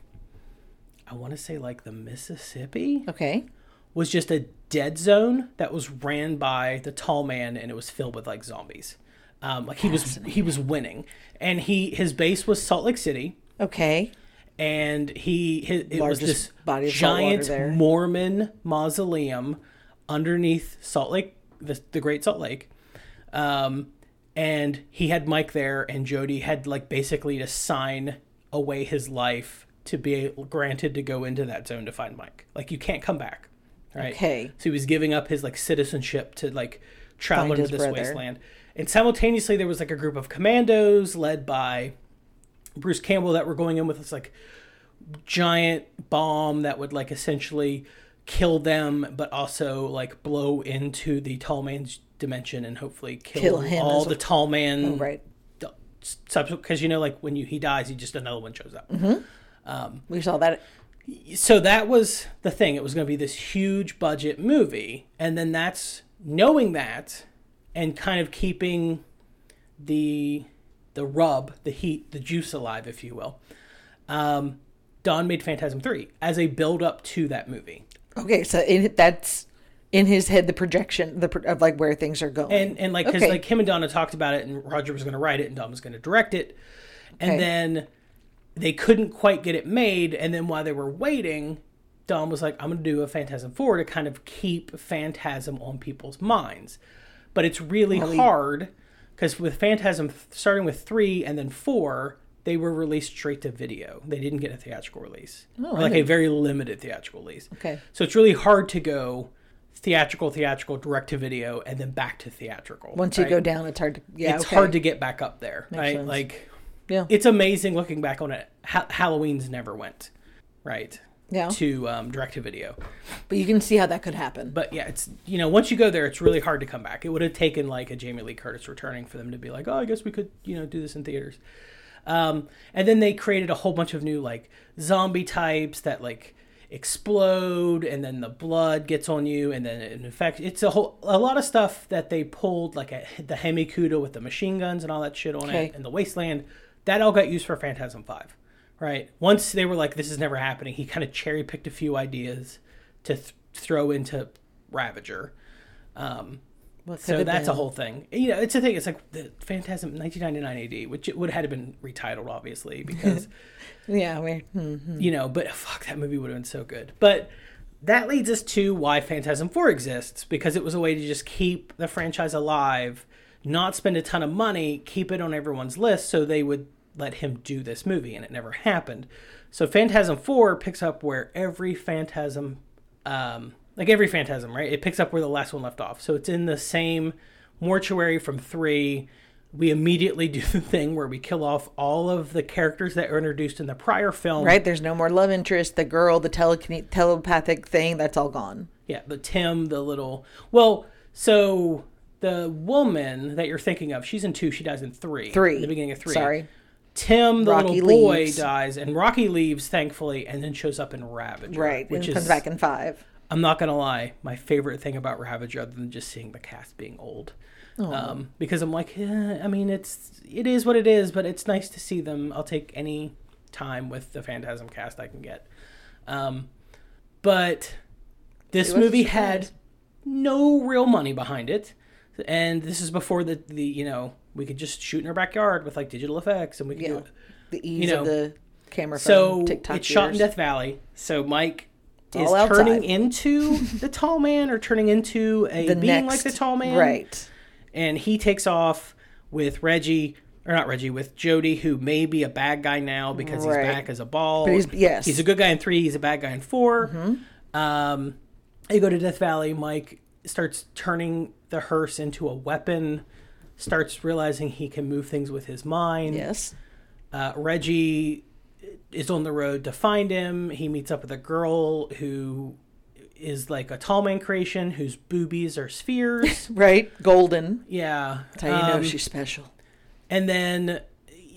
[SPEAKER 1] I want to say like the Mississippi
[SPEAKER 2] Okay.
[SPEAKER 1] was just a dead zone that was ran by the tall man, and it was filled with like zombies. Um, like he was he was winning, and he his base was Salt Lake City,
[SPEAKER 2] Okay.
[SPEAKER 1] and he his, it was
[SPEAKER 2] Largest
[SPEAKER 1] this
[SPEAKER 2] body of salt water
[SPEAKER 1] giant
[SPEAKER 2] there.
[SPEAKER 1] Mormon mausoleum underneath Salt Lake, the, the Great Salt Lake. Um, and he had Mike there, and Jody had like basically to sign away his life to be granted to go into that zone to find Mike. Like you can't come back, right?
[SPEAKER 2] Okay.
[SPEAKER 1] So he was giving up his like citizenship to like travel
[SPEAKER 2] Find
[SPEAKER 1] into
[SPEAKER 2] his
[SPEAKER 1] this
[SPEAKER 2] brother.
[SPEAKER 1] wasteland. And simultaneously, there was like a group of commandos led by Bruce Campbell that were going in with this like giant bomb that would like essentially kill them, but also like blow into the tall man's dimension and hopefully kill,
[SPEAKER 2] Kill him
[SPEAKER 1] all
[SPEAKER 2] as
[SPEAKER 1] the tall man
[SPEAKER 2] All right.
[SPEAKER 1] because you know like when you he dies, he just another one shows up.
[SPEAKER 2] We saw that.
[SPEAKER 1] So that was the thing. It was going to be this huge budget movie, and then that's knowing that and kind of keeping the the rub, the heat, the juice alive, if you will. Um, Don made Phantasm Three as a build up to that movie.
[SPEAKER 2] Okay. So in, that's in his head the projection the pro- of like where things are going.
[SPEAKER 1] and and like because
[SPEAKER 2] Okay.
[SPEAKER 1] like him and Donna talked about it, and Roger was going to write it, and Don was going to direct it, and
[SPEAKER 2] Okay.
[SPEAKER 1] then they couldn't quite get it made, and then while they were waiting, Don was like, "I'm going to do a Phantasm Four to kind of keep Phantasm on people's minds," but it's really hard because with Phantasm th- starting with three and then four. They were released straight to video. They didn't get a theatrical release,
[SPEAKER 2] Oh,
[SPEAKER 1] Or like a very limited theatrical release.
[SPEAKER 2] Okay.
[SPEAKER 1] So it's really hard to go theatrical, theatrical, direct to video, and then back to theatrical.
[SPEAKER 2] once you
[SPEAKER 1] right?
[SPEAKER 2] go down, it's hard to yeah.
[SPEAKER 1] it's
[SPEAKER 2] okay.
[SPEAKER 1] hard to get back up there, right?
[SPEAKER 2] sense.
[SPEAKER 1] Like,
[SPEAKER 2] yeah.
[SPEAKER 1] it's amazing looking back on it. Ha- Halloween's never went, right?
[SPEAKER 2] Yeah.
[SPEAKER 1] To um, direct to video,
[SPEAKER 2] but you can see how that could happen.
[SPEAKER 1] but yeah, it's you know once you go there, it's really hard to come back. It would have taken like a Jamie Lee Curtis returning for them to be like, oh, I guess we could you know do this in theaters. Um, and then they created a whole bunch of new like zombie types that like explode, and then the blood gets on you, and then it infects. It's a whole a lot of stuff that they pulled like a, the Hemikuda with the machine guns and all that shit on
[SPEAKER 2] Okay.
[SPEAKER 1] it, and the wasteland. That all got used for Phantasm Five, right? Once they were like, this is never happening. He kind of cherry picked a few ideas to th- throw into Ravager. Um,
[SPEAKER 2] What could
[SPEAKER 1] so
[SPEAKER 2] have
[SPEAKER 1] that's a
[SPEAKER 2] been?
[SPEAKER 1] whole thing. You know, it's a thing. It's like the Phantasm 1999 AD, which it would have been retitled, obviously, because,
[SPEAKER 2] yeah. We're, hmm.
[SPEAKER 1] you know, but fuck, that movie would have been so good. But that leads us to why Phantasm 4 exists, because it was a way to just keep the franchise alive, not spend a ton of money, keep it on everyone's list so they would let him do this movie, and it never happened. So Phantasm 4 picks up where every Phantasm um, like every phantasm, right? It picks up where the last one left off. So it's in the same mortuary from three. We immediately do the thing where we kill off all of the characters that are introduced in the prior film.
[SPEAKER 2] right. There's no more love interest. The girl, the telekine- telepathic thing, that's all gone.
[SPEAKER 1] Yeah, the Tim, the little. Well, so the woman that you're thinking of, she's in two. She dies in three.
[SPEAKER 2] Three.
[SPEAKER 1] In the beginning of three.
[SPEAKER 2] Sorry.
[SPEAKER 1] Tim, the
[SPEAKER 2] Rocky
[SPEAKER 1] little boy,
[SPEAKER 2] leaves.
[SPEAKER 1] dies, and Rocky leaves thankfully, and then shows up in Ravager,
[SPEAKER 2] Right.
[SPEAKER 1] Which
[SPEAKER 2] and
[SPEAKER 1] is,
[SPEAKER 2] comes back in five.
[SPEAKER 1] I'm not gonna lie, my favorite thing about Ravager, other than just seeing the cast being old, um, because I'm like, eh, I mean, it's it is what it is, but it's nice to see them. I'll take any time with the Phantasm cast I can get. Um, but this
[SPEAKER 2] was a
[SPEAKER 1] movie had no real money behind it, and this is before the the you know we could just shoot in our backyard with like digital effects and we could do
[SPEAKER 2] Yeah.
[SPEAKER 1] it.
[SPEAKER 2] The ease
[SPEAKER 1] know,
[SPEAKER 2] of the camera
[SPEAKER 1] So
[SPEAKER 2] phone, TikTok.
[SPEAKER 1] it's shot in
[SPEAKER 2] years.
[SPEAKER 1] Death Valley. So Mike is
[SPEAKER 2] all outside.
[SPEAKER 1] turning into the tall man or turning into a
[SPEAKER 2] The
[SPEAKER 1] being
[SPEAKER 2] next-
[SPEAKER 1] like the tall man.
[SPEAKER 2] Right.
[SPEAKER 1] And he takes off with Reggie or not Reggie, with Jody, who may be a bad guy now because
[SPEAKER 2] Right.
[SPEAKER 1] he's back as a ball.
[SPEAKER 2] But he's- yes. Mm-hmm.
[SPEAKER 1] He's a good guy in three, he's a bad guy in 4 Um they go to Death Valley, Mike starts turning the hearse into a weapon, starts realizing he can move things with his mind.
[SPEAKER 2] Yes.
[SPEAKER 1] Uh, Reggie is on the road to find him. He meets up with a girl who is like a tall man creation whose boobies are spheres.
[SPEAKER 2] Right. Golden.
[SPEAKER 1] yeah.
[SPEAKER 2] That's how you
[SPEAKER 1] um,
[SPEAKER 2] know she's special.
[SPEAKER 1] and then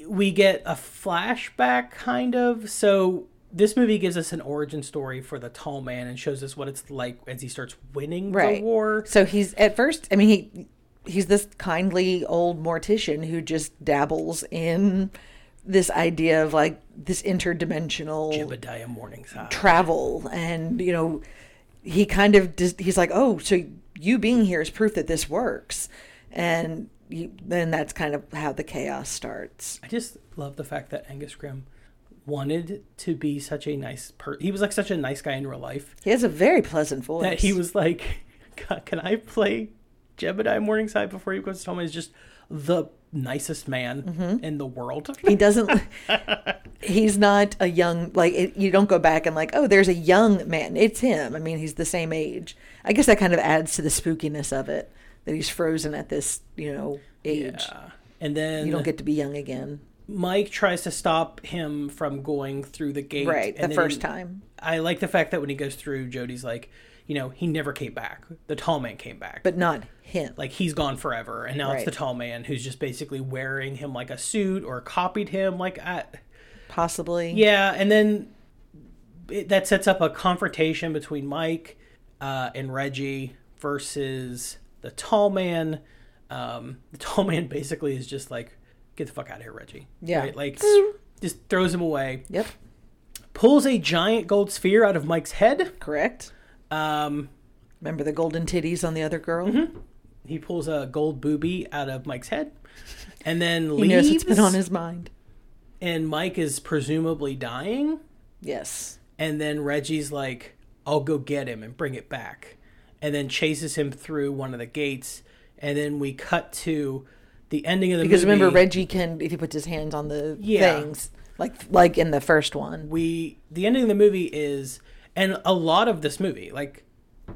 [SPEAKER 1] we get a flashback, kind of. So this movie gives us an origin story for the tall man and shows us what it's like as he starts winning
[SPEAKER 2] Right.
[SPEAKER 1] the war.
[SPEAKER 2] So he's at first. I mean, he he's this kindly old mortician who just dabbles in this idea of like this interdimensional
[SPEAKER 1] Obadiah Morningside.
[SPEAKER 2] travel and you know he kind of dis- he's like oh so you being here is proof that this works and you, then that's kind of how the chaos starts
[SPEAKER 1] I just love the fact that Angus Grimm wanted to be such a nice per. He was like such a nice guy in real life.
[SPEAKER 2] he has a very pleasant voice
[SPEAKER 1] that he was like, "God, "Can I play Jebediah Morningside before he goes to home?" Is just the nicest man
[SPEAKER 2] Mm-hmm.
[SPEAKER 1] in the world.
[SPEAKER 2] he doesn't he's not a young like it, you don't go back and like oh there's a young man it's him i mean he's the same age i guess that kind of adds to the spookiness of it that he's frozen at this you know age
[SPEAKER 1] Yeah. And then
[SPEAKER 2] you don't get to be young again
[SPEAKER 1] Mike tries to stop him from going through the gate.
[SPEAKER 2] right
[SPEAKER 1] and
[SPEAKER 2] the
[SPEAKER 1] then
[SPEAKER 2] first
[SPEAKER 1] he-
[SPEAKER 2] time
[SPEAKER 1] I like the fact that when he goes through, Jody's like, you know, he never came back. The tall man came back.
[SPEAKER 2] but not him
[SPEAKER 1] like he's gone forever, and now it's
[SPEAKER 2] Right.
[SPEAKER 1] the tall man who's just basically wearing him like a suit or copied him. Like I,
[SPEAKER 2] possibly
[SPEAKER 1] Yeah, and then it, that sets up a confrontation between Mike uh, and Reggie versus the tall man. Um, the tall man basically is just like, "Get the fuck out of here, Reggie!"
[SPEAKER 2] Yeah.
[SPEAKER 1] right? like just throws him away,
[SPEAKER 2] yep
[SPEAKER 1] pulls a giant gold sphere out of Mike's head.
[SPEAKER 2] Correct.
[SPEAKER 1] Um,
[SPEAKER 2] Remember the golden titties on the other girl?
[SPEAKER 1] Mm-hmm. he pulls a gold booby out of Mike's head, and then
[SPEAKER 2] He
[SPEAKER 1] leaves.
[SPEAKER 2] knows it's been on his mind.
[SPEAKER 1] and Mike is presumably dying.
[SPEAKER 2] Yes.
[SPEAKER 1] and then Reggie's like, "I'll go get him and bring it back," and then chases him through one of the gates, and then we cut to the ending of the
[SPEAKER 2] Because
[SPEAKER 1] movie.
[SPEAKER 2] remember Reggie can if he puts his hands on the
[SPEAKER 1] Yeah.
[SPEAKER 2] things. Like like in the first one.
[SPEAKER 1] we the ending of the movie is, and a lot of this movie, like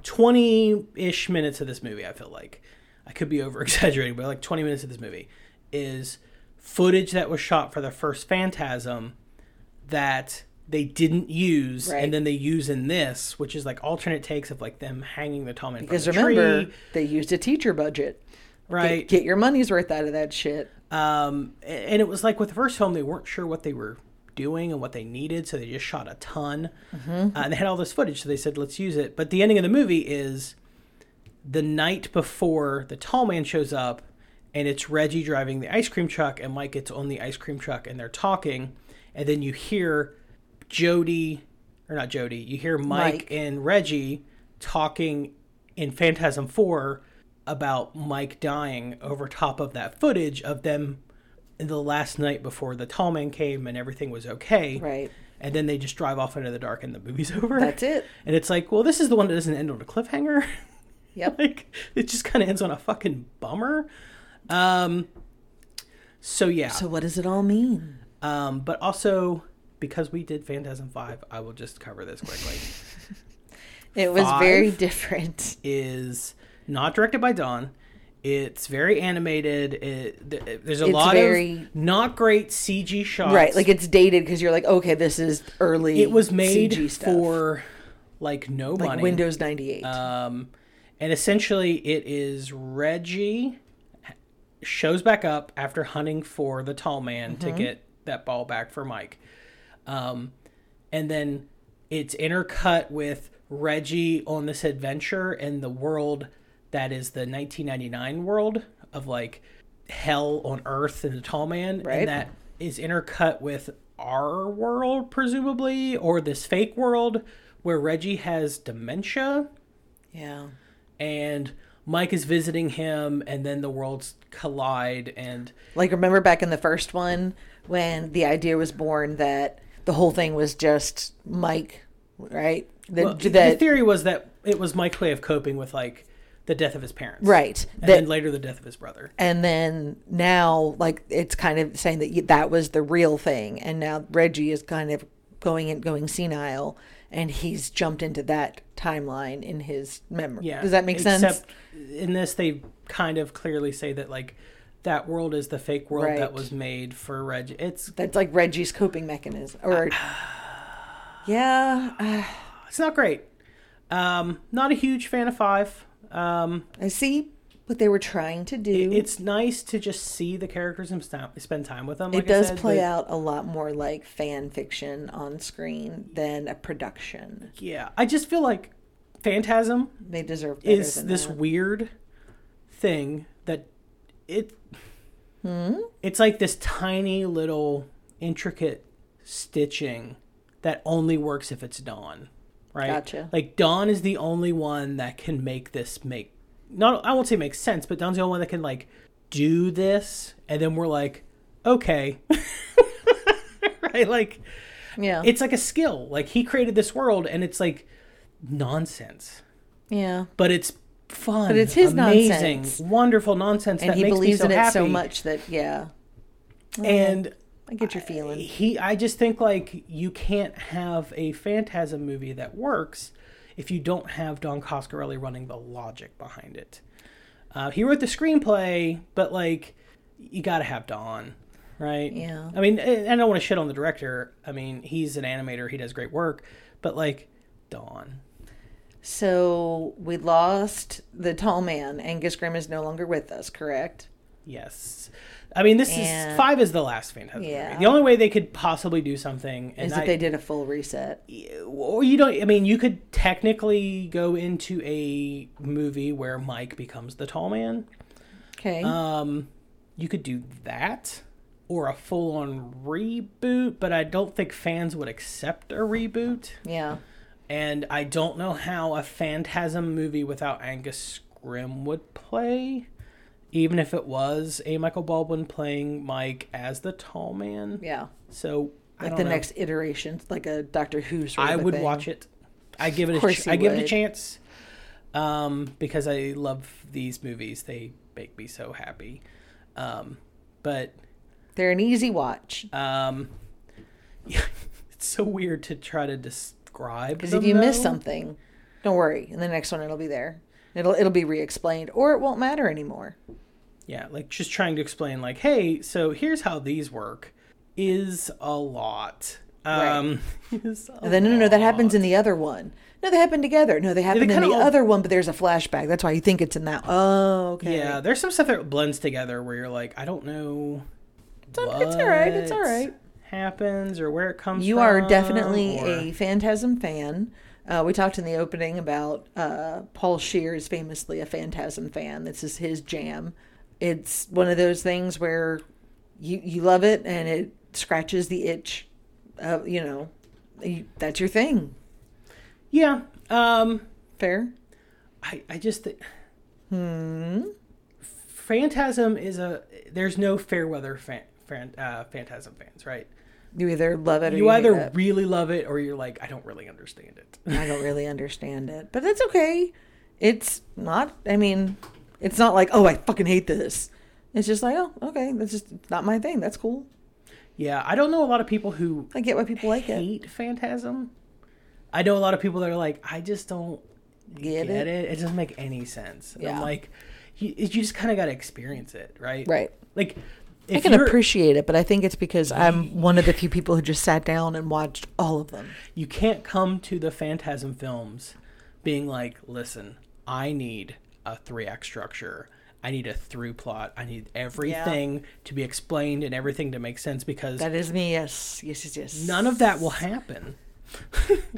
[SPEAKER 1] twenty ish minutes of this movie, I feel like I could be over exaggerating, but like twenty minutes of this movie is footage that was shot for the first Phantasm that they didn't use
[SPEAKER 2] Right.
[SPEAKER 1] and then they use in this which is like alternate takes of like them hanging the tall in
[SPEAKER 2] Because
[SPEAKER 1] from the
[SPEAKER 2] remember
[SPEAKER 1] tree,
[SPEAKER 2] they used a teacher budget.
[SPEAKER 1] right
[SPEAKER 2] Get your money's worth out of that shit.
[SPEAKER 1] um a- and it was like with the first film they weren't sure what they were doing and what they needed so they just shot a ton Uh, and they had all this footage so they said let's use it but the ending of the movie is the night before the tall man shows up and it's reggie driving the ice cream truck and mike gets on the ice cream truck and they're talking and then you hear jody or not jody you hear mike.
[SPEAKER 2] Mike.
[SPEAKER 1] and reggie talking in phantasm 4 about mike dying over top of that footage of them the last night before the tall man came and everything was okay
[SPEAKER 2] Right.
[SPEAKER 1] and then they just drive off into the dark and the movie's over
[SPEAKER 2] That's it.
[SPEAKER 1] and it's like well this is the one that doesn't end on a cliffhanger
[SPEAKER 2] Yep.
[SPEAKER 1] like it just kind of ends on a fucking bummer um so yeah
[SPEAKER 2] So what does it all mean?
[SPEAKER 1] um but also because we did phantasm 5 i will just cover this quickly
[SPEAKER 2] It was very
[SPEAKER 1] Five?
[SPEAKER 2] different.
[SPEAKER 1] is not directed by don it's very animated it, th- there's a
[SPEAKER 2] It's
[SPEAKER 1] lot
[SPEAKER 2] very-
[SPEAKER 1] of not great cg shots
[SPEAKER 2] Right. Like it's dated because you're like, okay, this is early
[SPEAKER 1] it was made
[SPEAKER 2] CG stuff.
[SPEAKER 1] for like no
[SPEAKER 2] like
[SPEAKER 1] money
[SPEAKER 2] Windows ninety eight.
[SPEAKER 1] Um, And essentially, it is Reggie shows back up after hunting for the tall man to get that ball back for Mike. Um, and then it's intercut with Reggie on this adventure in the world that is the 1999 world of like hell on earth and the tall man.
[SPEAKER 2] Right.
[SPEAKER 1] And that is intercut with our world, presumably, or this fake world where Reggie has dementia
[SPEAKER 2] Yeah.
[SPEAKER 1] and Mike is visiting him, and then the worlds collide, and
[SPEAKER 2] Like, remember back in the first one when the idea was born that the whole thing was just Mike, right? The,
[SPEAKER 1] well, the,
[SPEAKER 2] that,
[SPEAKER 1] theory was that it was Mike's way of coping with like the death of his parents,
[SPEAKER 2] right.
[SPEAKER 1] And
[SPEAKER 2] That,
[SPEAKER 1] then later the death of his brother.
[SPEAKER 2] and then now, like, it's kind of saying that you, that was the real thing. And now Reggie is kind of going and going senile and he's jumped into that timeline in his memory.
[SPEAKER 1] Yeah,
[SPEAKER 2] Does that make sense?
[SPEAKER 1] Except in this, they kind of clearly say that like that world is the fake world
[SPEAKER 2] Right.
[SPEAKER 1] that was made for Reg. It's
[SPEAKER 2] That's like Reggie's coping mechanism. Or,
[SPEAKER 1] Uh,
[SPEAKER 2] yeah, uh,
[SPEAKER 1] it's not great. Um, not a huge fan of five. Um,
[SPEAKER 2] I see what they were trying to do.
[SPEAKER 1] it's nice to just see the characters and sta- spend time with them. like
[SPEAKER 2] it
[SPEAKER 1] I
[SPEAKER 2] does
[SPEAKER 1] said,
[SPEAKER 2] play
[SPEAKER 1] but-
[SPEAKER 2] out a lot more like fan fiction on screen than a production.
[SPEAKER 1] Yeah, I just feel like Phantasm
[SPEAKER 2] They deserve better
[SPEAKER 1] is
[SPEAKER 2] than
[SPEAKER 1] this
[SPEAKER 2] that.
[SPEAKER 1] weird thing that it
[SPEAKER 2] Hmm?
[SPEAKER 1] it's like this tiny little intricate stitching that only works if it's Dawn, right?
[SPEAKER 2] Gotcha.
[SPEAKER 1] Like Dawn is the only one that can make this make not I won't say make sense, but Dawn's the only one that can like do this, and then we're like, okay, right? Like
[SPEAKER 2] yeah,
[SPEAKER 1] it's like a skill. Like he created this world, and it's like nonsense
[SPEAKER 2] yeah,
[SPEAKER 1] but it's fun. But
[SPEAKER 2] it's his
[SPEAKER 1] amazing,
[SPEAKER 2] nonsense.
[SPEAKER 1] wonderful nonsense
[SPEAKER 2] and
[SPEAKER 1] that
[SPEAKER 2] he
[SPEAKER 1] makes
[SPEAKER 2] believes
[SPEAKER 1] me so
[SPEAKER 2] in it
[SPEAKER 1] happy.
[SPEAKER 2] so much that yeah,
[SPEAKER 1] And
[SPEAKER 2] I get your feeling.
[SPEAKER 1] he, I just think like you can't have a phantasm movie that works if you don't have Don Coscarelli running the logic behind it. Uh, he wrote the screenplay, but like you got to have Don, right?
[SPEAKER 2] Yeah.
[SPEAKER 1] I mean, I I don't want to shit on the director. I mean, he's an animator; he does great work, but like Don.
[SPEAKER 2] So we lost the tall man. Angus Grimm is no longer with us, correct?
[SPEAKER 1] Yes. I mean, this
[SPEAKER 2] And-
[SPEAKER 1] is five is the last Phantasm
[SPEAKER 2] Yeah.
[SPEAKER 1] movie. The only way they could possibly do something, and
[SPEAKER 2] Is
[SPEAKER 1] I,
[SPEAKER 2] that they did a full reset?
[SPEAKER 1] or you don't. I mean, you could technically go into a movie where Mike becomes the tall man.
[SPEAKER 2] Okay,
[SPEAKER 1] Um, you could do that, or a full-on reboot. But I don't think fans would accept a reboot.
[SPEAKER 2] yeah,
[SPEAKER 1] And I don't know how a Phantasm movie without Angus Grimm would play, even if it was a Michael Baldwin playing Mike as the tall man.
[SPEAKER 2] yeah.
[SPEAKER 1] So I
[SPEAKER 2] Like
[SPEAKER 1] don't
[SPEAKER 2] the
[SPEAKER 1] know.
[SPEAKER 2] next iteration, like a Doctor Who sort
[SPEAKER 1] I
[SPEAKER 2] of a
[SPEAKER 1] would
[SPEAKER 2] thing.
[SPEAKER 1] watch it. I give it.
[SPEAKER 2] Of
[SPEAKER 1] A
[SPEAKER 2] course
[SPEAKER 1] ch-
[SPEAKER 2] you
[SPEAKER 1] I give it a
[SPEAKER 2] would.
[SPEAKER 1] chance, um, because I love these movies. They make me so happy. Um, but
[SPEAKER 2] They're an easy watch
[SPEAKER 1] um, it's so weird to try to describe.
[SPEAKER 2] because if
[SPEAKER 1] them,
[SPEAKER 2] you miss
[SPEAKER 1] though.
[SPEAKER 2] something, don't worry. In the next one, it'll be there. It'll it'll be re-explained, or it won't matter anymore.
[SPEAKER 1] Yeah, like just trying to explain, like, hey, so here's how these work is a lot. Um, is a
[SPEAKER 2] And then no, no, no, that happens in the other one. No, they happen together. No, they happen in
[SPEAKER 1] kinda
[SPEAKER 2] the
[SPEAKER 1] all-
[SPEAKER 2] other one, but there's a flashback. That's why you think it's in that. Oh, okay.
[SPEAKER 1] Yeah, there's some stuff that blends together where you're like, I don't know. It's,
[SPEAKER 2] it's all right, it's all right.
[SPEAKER 1] Happens or where it comes
[SPEAKER 2] You
[SPEAKER 1] from.
[SPEAKER 2] are definitely
[SPEAKER 1] or-
[SPEAKER 2] a Phantasm fan. Uh, we talked in the opening about uh, Paul Shear is famously a Phantasm fan. This is his jam. It's one of those things where you you love it and it scratches the itch. Uh, you know, you, that's your thing.
[SPEAKER 1] Yeah. Um,
[SPEAKER 2] Fair. Hmm.
[SPEAKER 1] I, I just. Th- hmm. Phantasm is a. There's no fair weather fan, fan, uh, Phantasm fans, right?
[SPEAKER 2] You either love it or you,
[SPEAKER 1] You
[SPEAKER 2] hate
[SPEAKER 1] either
[SPEAKER 2] it.
[SPEAKER 1] really love it or you're like, I don't really understand it.
[SPEAKER 2] I don't really understand it, but that's okay. It's not. I mean, it's not like oh, I fucking hate this. It's just like oh, okay, that's just not my thing. That's cool.
[SPEAKER 1] Yeah, I don't know a lot of people who
[SPEAKER 2] I get why people like it.
[SPEAKER 1] hate Phantasm. I know a lot of people that are like, I just don't
[SPEAKER 2] Get,
[SPEAKER 1] get,
[SPEAKER 2] it?
[SPEAKER 1] it. it. doesn't make any sense. And
[SPEAKER 2] Yeah.
[SPEAKER 1] I'm like, you, you just kind of got to experience it, right?
[SPEAKER 2] Right.
[SPEAKER 1] Like,
[SPEAKER 2] I
[SPEAKER 1] if
[SPEAKER 2] can
[SPEAKER 1] you're,
[SPEAKER 2] appreciate it, but I think it's because I'm one of the few people who just sat down and watched all of them.
[SPEAKER 1] you can't come to the Phantasm films being like, listen, I need a three act structure. I need a through plot. I need everything to be explained and everything to make sense because
[SPEAKER 2] That is me. Yes, yes, yes, yes.
[SPEAKER 1] none of that will happen.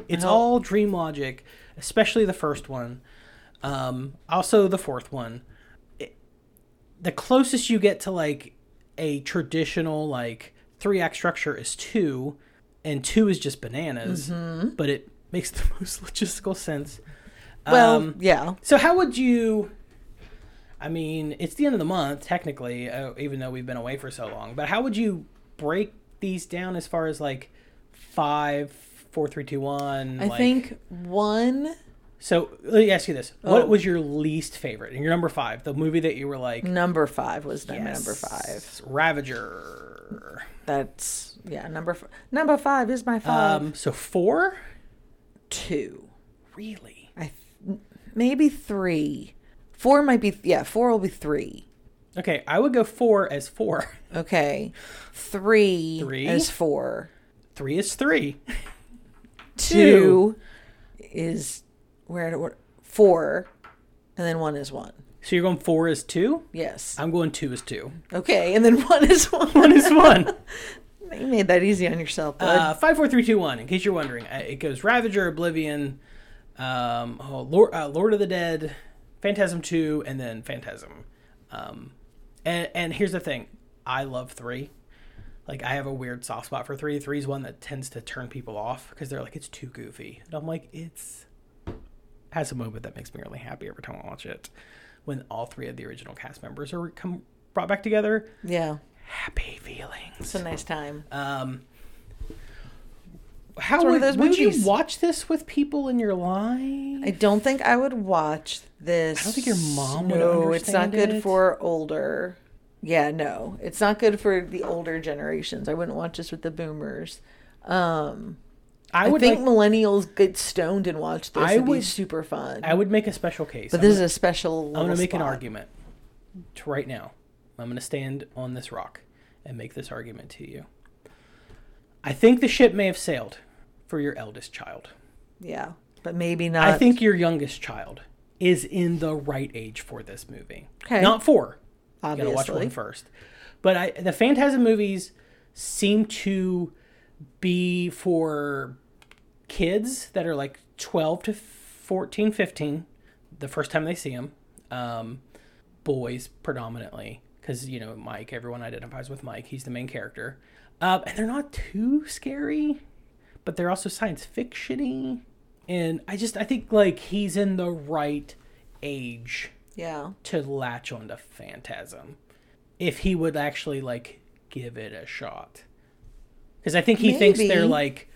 [SPEAKER 1] it's
[SPEAKER 2] No.
[SPEAKER 1] all dream logic, especially the first one. Um, also, the fourth one. It- the closest you get to like a traditional like three act structure is two, and two is just bananas,
[SPEAKER 2] Mm-hmm.
[SPEAKER 1] but it makes the most logistical sense.
[SPEAKER 2] Well,
[SPEAKER 1] Um,
[SPEAKER 2] yeah.
[SPEAKER 1] So how would you? I mean, it's the end of the month technically, uh, even though we've been away for so long. But how would you break these down as far as like five, four, three, two, one?
[SPEAKER 2] I
[SPEAKER 1] like,
[SPEAKER 2] think one.
[SPEAKER 1] So let me ask you this: What
[SPEAKER 2] Oh.
[SPEAKER 1] was your least favorite? And your number five, the movie that you were like,
[SPEAKER 2] Number five was my number
[SPEAKER 1] "Yes,
[SPEAKER 2] five.
[SPEAKER 1] Ravager.
[SPEAKER 2] That's yeah. Number f- number five is my five.
[SPEAKER 1] Um, so four,
[SPEAKER 2] Two,
[SPEAKER 1] really?
[SPEAKER 2] I th- maybe three. Four might be yeah. Four will be three.
[SPEAKER 1] Okay, I would go four as four.
[SPEAKER 2] Okay, three,
[SPEAKER 1] Three?
[SPEAKER 2] is four.
[SPEAKER 1] Three is three.
[SPEAKER 2] Two, is where where- four, and then one is one.
[SPEAKER 1] So you're going four is two.
[SPEAKER 2] Yes.
[SPEAKER 1] I'm going two is two.
[SPEAKER 2] Okay, and then one is one.
[SPEAKER 1] One is one.
[SPEAKER 2] you made that easy on yourself, bud.
[SPEAKER 1] Uh, five, four, three, two, one. In case you're wondering, Uh, it goes Ravager, Oblivion, um, oh, Lord, uh, Lord of the Dead, Phantasm two, and then Phantasm. Um, and and here's the thing, I love three. Like I have a weird soft spot for three. Three's one that tends to turn people off because they're like it's too goofy, and I'm like it's has a moment that makes me really happy every time I watch it when all three of the original cast members are come brought back together.
[SPEAKER 2] yeah,
[SPEAKER 1] Happy feelings.
[SPEAKER 2] it's a nice time.
[SPEAKER 1] Um, how
[SPEAKER 2] one
[SPEAKER 1] would,
[SPEAKER 2] of those
[SPEAKER 1] would you
[SPEAKER 2] movies.
[SPEAKER 1] watch this with people in your life?
[SPEAKER 2] I don't think I would watch this. I
[SPEAKER 1] don't think your mom would
[SPEAKER 2] No, it's not
[SPEAKER 1] understand
[SPEAKER 2] good
[SPEAKER 1] it.
[SPEAKER 2] for older. Yeah, no, it's not good for the older generations. I wouldn't watch this with the boomers. Um,
[SPEAKER 1] I
[SPEAKER 2] I,
[SPEAKER 1] would.
[SPEAKER 2] think
[SPEAKER 1] make,
[SPEAKER 2] millennials get stoned and watch this.
[SPEAKER 1] I
[SPEAKER 2] It'd be
[SPEAKER 1] would-
[SPEAKER 2] super fun.
[SPEAKER 1] I would make a special case.
[SPEAKER 2] but
[SPEAKER 1] I'm
[SPEAKER 2] this
[SPEAKER 1] gonna,
[SPEAKER 2] is a special.
[SPEAKER 1] I'm
[SPEAKER 2] little
[SPEAKER 1] gonna make an
[SPEAKER 2] spot.
[SPEAKER 1] argument to right now. I'm gonna stand on this rock and make this argument to you. I think the ship may have sailed for your eldest child.
[SPEAKER 2] Yeah, but maybe not.
[SPEAKER 1] I think your youngest child is in the right age for this movie.
[SPEAKER 2] Okay.
[SPEAKER 1] Not four. You
[SPEAKER 2] obviously.
[SPEAKER 1] gotta watch one first. But I the Phantasm movies seem to be for kids that are like 12 to 14, 15, the first time they see them. Um, boys predominantly, because, you know, Mike, everyone identifies with Mike. He's the main character. Uh, and they're not too scary, but they're also science fiction y. And I just, I think, like, he's in the right age
[SPEAKER 2] Yeah,
[SPEAKER 1] to latch onto Phantasm if he would actually like give it a shot. Because I think he thinks they're
[SPEAKER 2] Maybe.
[SPEAKER 1] like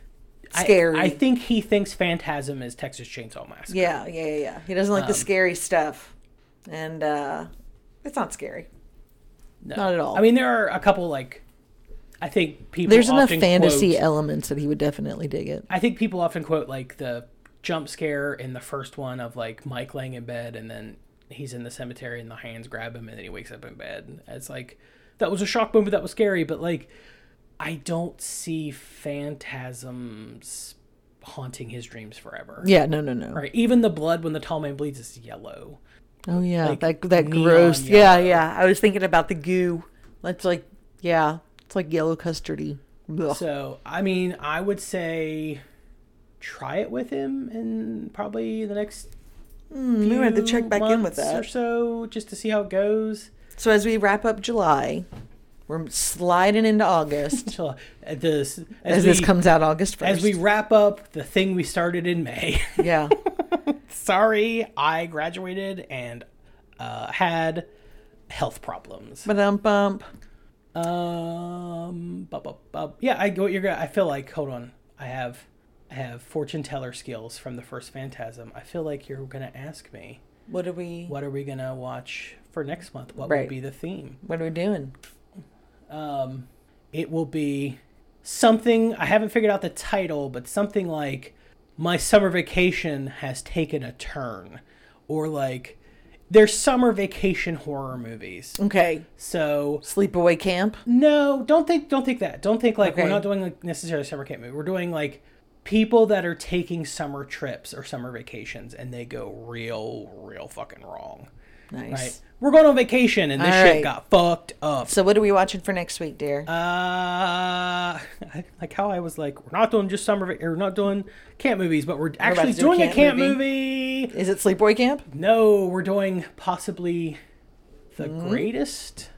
[SPEAKER 1] I-
[SPEAKER 2] Scary.
[SPEAKER 1] I, think he thinks Phantasm is Texas Chainsaw Massacre.
[SPEAKER 2] yeah, yeah, yeah. yeah. He doesn't like
[SPEAKER 1] Um,
[SPEAKER 2] the scary stuff, and uh, it's not scary.
[SPEAKER 1] No.
[SPEAKER 2] not at all.
[SPEAKER 1] I mean, there are a couple like I think people.
[SPEAKER 2] There's enough
[SPEAKER 1] often
[SPEAKER 2] fantasy
[SPEAKER 1] Quote,
[SPEAKER 2] elements that he would definitely dig it.
[SPEAKER 1] I think people often quote like the jump scare in the first one of like Mike laying in bed and then he's in the cemetery and the hands grab him and then he wakes up in bed. It's like that was a shock moment that was scary, but like I don't see phantasms haunting his dreams forever.
[SPEAKER 2] Yeah, no, no, no.
[SPEAKER 1] Right. Even the blood when the tall man bleeds is yellow.
[SPEAKER 2] Oh yeah,
[SPEAKER 1] like,
[SPEAKER 2] that that
[SPEAKER 1] neon
[SPEAKER 2] gross. Yeah,
[SPEAKER 1] yellow.
[SPEAKER 2] yeah. I was thinking about the goo. That's like yeah, it's like yellow custardy. Ugh.
[SPEAKER 1] So I mean, I would say try it with him in probably the next
[SPEAKER 2] Hmm, we might have to check back in with
[SPEAKER 1] months or
[SPEAKER 2] that.
[SPEAKER 1] so just to see how it goes.
[SPEAKER 2] So as we wrap up July, we're sliding into August
[SPEAKER 1] Till, uh, this as,
[SPEAKER 2] as
[SPEAKER 1] we,
[SPEAKER 2] this comes out August first.
[SPEAKER 1] as we wrap up the thing we started in May.
[SPEAKER 2] yeah,
[SPEAKER 1] Sorry, I graduated and uh, had health problems.
[SPEAKER 2] but um bump.
[SPEAKER 1] Um, bu- bu- bu- yeah, I go. You're gonna. I feel like. Hold on. I have, I have fortune teller skills from the first Phantasm. I feel like you're gonna ask me,
[SPEAKER 2] What are we? What,
[SPEAKER 1] what are we gonna watch for next month? What will
[SPEAKER 2] Right.
[SPEAKER 1] be the theme?
[SPEAKER 2] are we doing?
[SPEAKER 1] um, it will be something I haven't figured out the title, but something like my summer vacation has taken a turn, or like there's summer vacation horror movies.
[SPEAKER 2] Okay,
[SPEAKER 1] So
[SPEAKER 2] sleepaway camp.
[SPEAKER 1] no, don't think don't think that. Don't think like we're
[SPEAKER 2] Okay.
[SPEAKER 1] not doing like necessarily summer camp movie. We're doing like people that are taking summer trips or summer vacations and they go real, real fucking wrong.
[SPEAKER 2] Nice.
[SPEAKER 1] Right? We're going on vacation and this
[SPEAKER 2] All
[SPEAKER 1] shit
[SPEAKER 2] right.
[SPEAKER 1] got fucked up.
[SPEAKER 2] So what are we watching for next week, dear?
[SPEAKER 1] Uh, like how I was like, we're not doing just summer, vac- or we're not doing camp movies, but we're actually
[SPEAKER 2] to do a
[SPEAKER 1] doing a camp
[SPEAKER 2] camp
[SPEAKER 1] movie.
[SPEAKER 2] Is it Sleepaway Camp?
[SPEAKER 1] No, we're doing possibly the
[SPEAKER 2] Mm-hmm.
[SPEAKER 1] greatest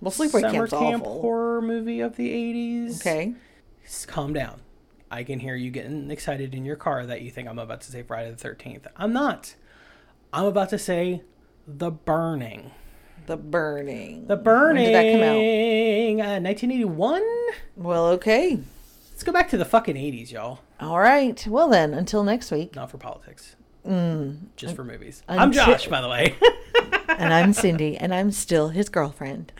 [SPEAKER 2] Well, Sleepaway
[SPEAKER 1] summer
[SPEAKER 2] Camp's
[SPEAKER 1] camp
[SPEAKER 2] awful.
[SPEAKER 1] horror movie of the 80s.
[SPEAKER 2] Okay.
[SPEAKER 1] S- Calm down. I can hear you getting excited in your car that you think I'm about to say Friday the 13th. I'm not. I'm about to say The Burning.
[SPEAKER 2] The Burning.
[SPEAKER 1] The Burning.
[SPEAKER 2] did that come out?
[SPEAKER 1] Uh, 1981?
[SPEAKER 2] Well, okay.
[SPEAKER 1] Let's go back to the fucking 80s, y'all.
[SPEAKER 2] All right. Well then, until next week.
[SPEAKER 1] Not for politics. Just for movies.
[SPEAKER 2] I'm
[SPEAKER 1] I'm
[SPEAKER 2] sure-
[SPEAKER 1] Josh, by the way.
[SPEAKER 2] And I'm Cindy, and I'm still his girlfriend.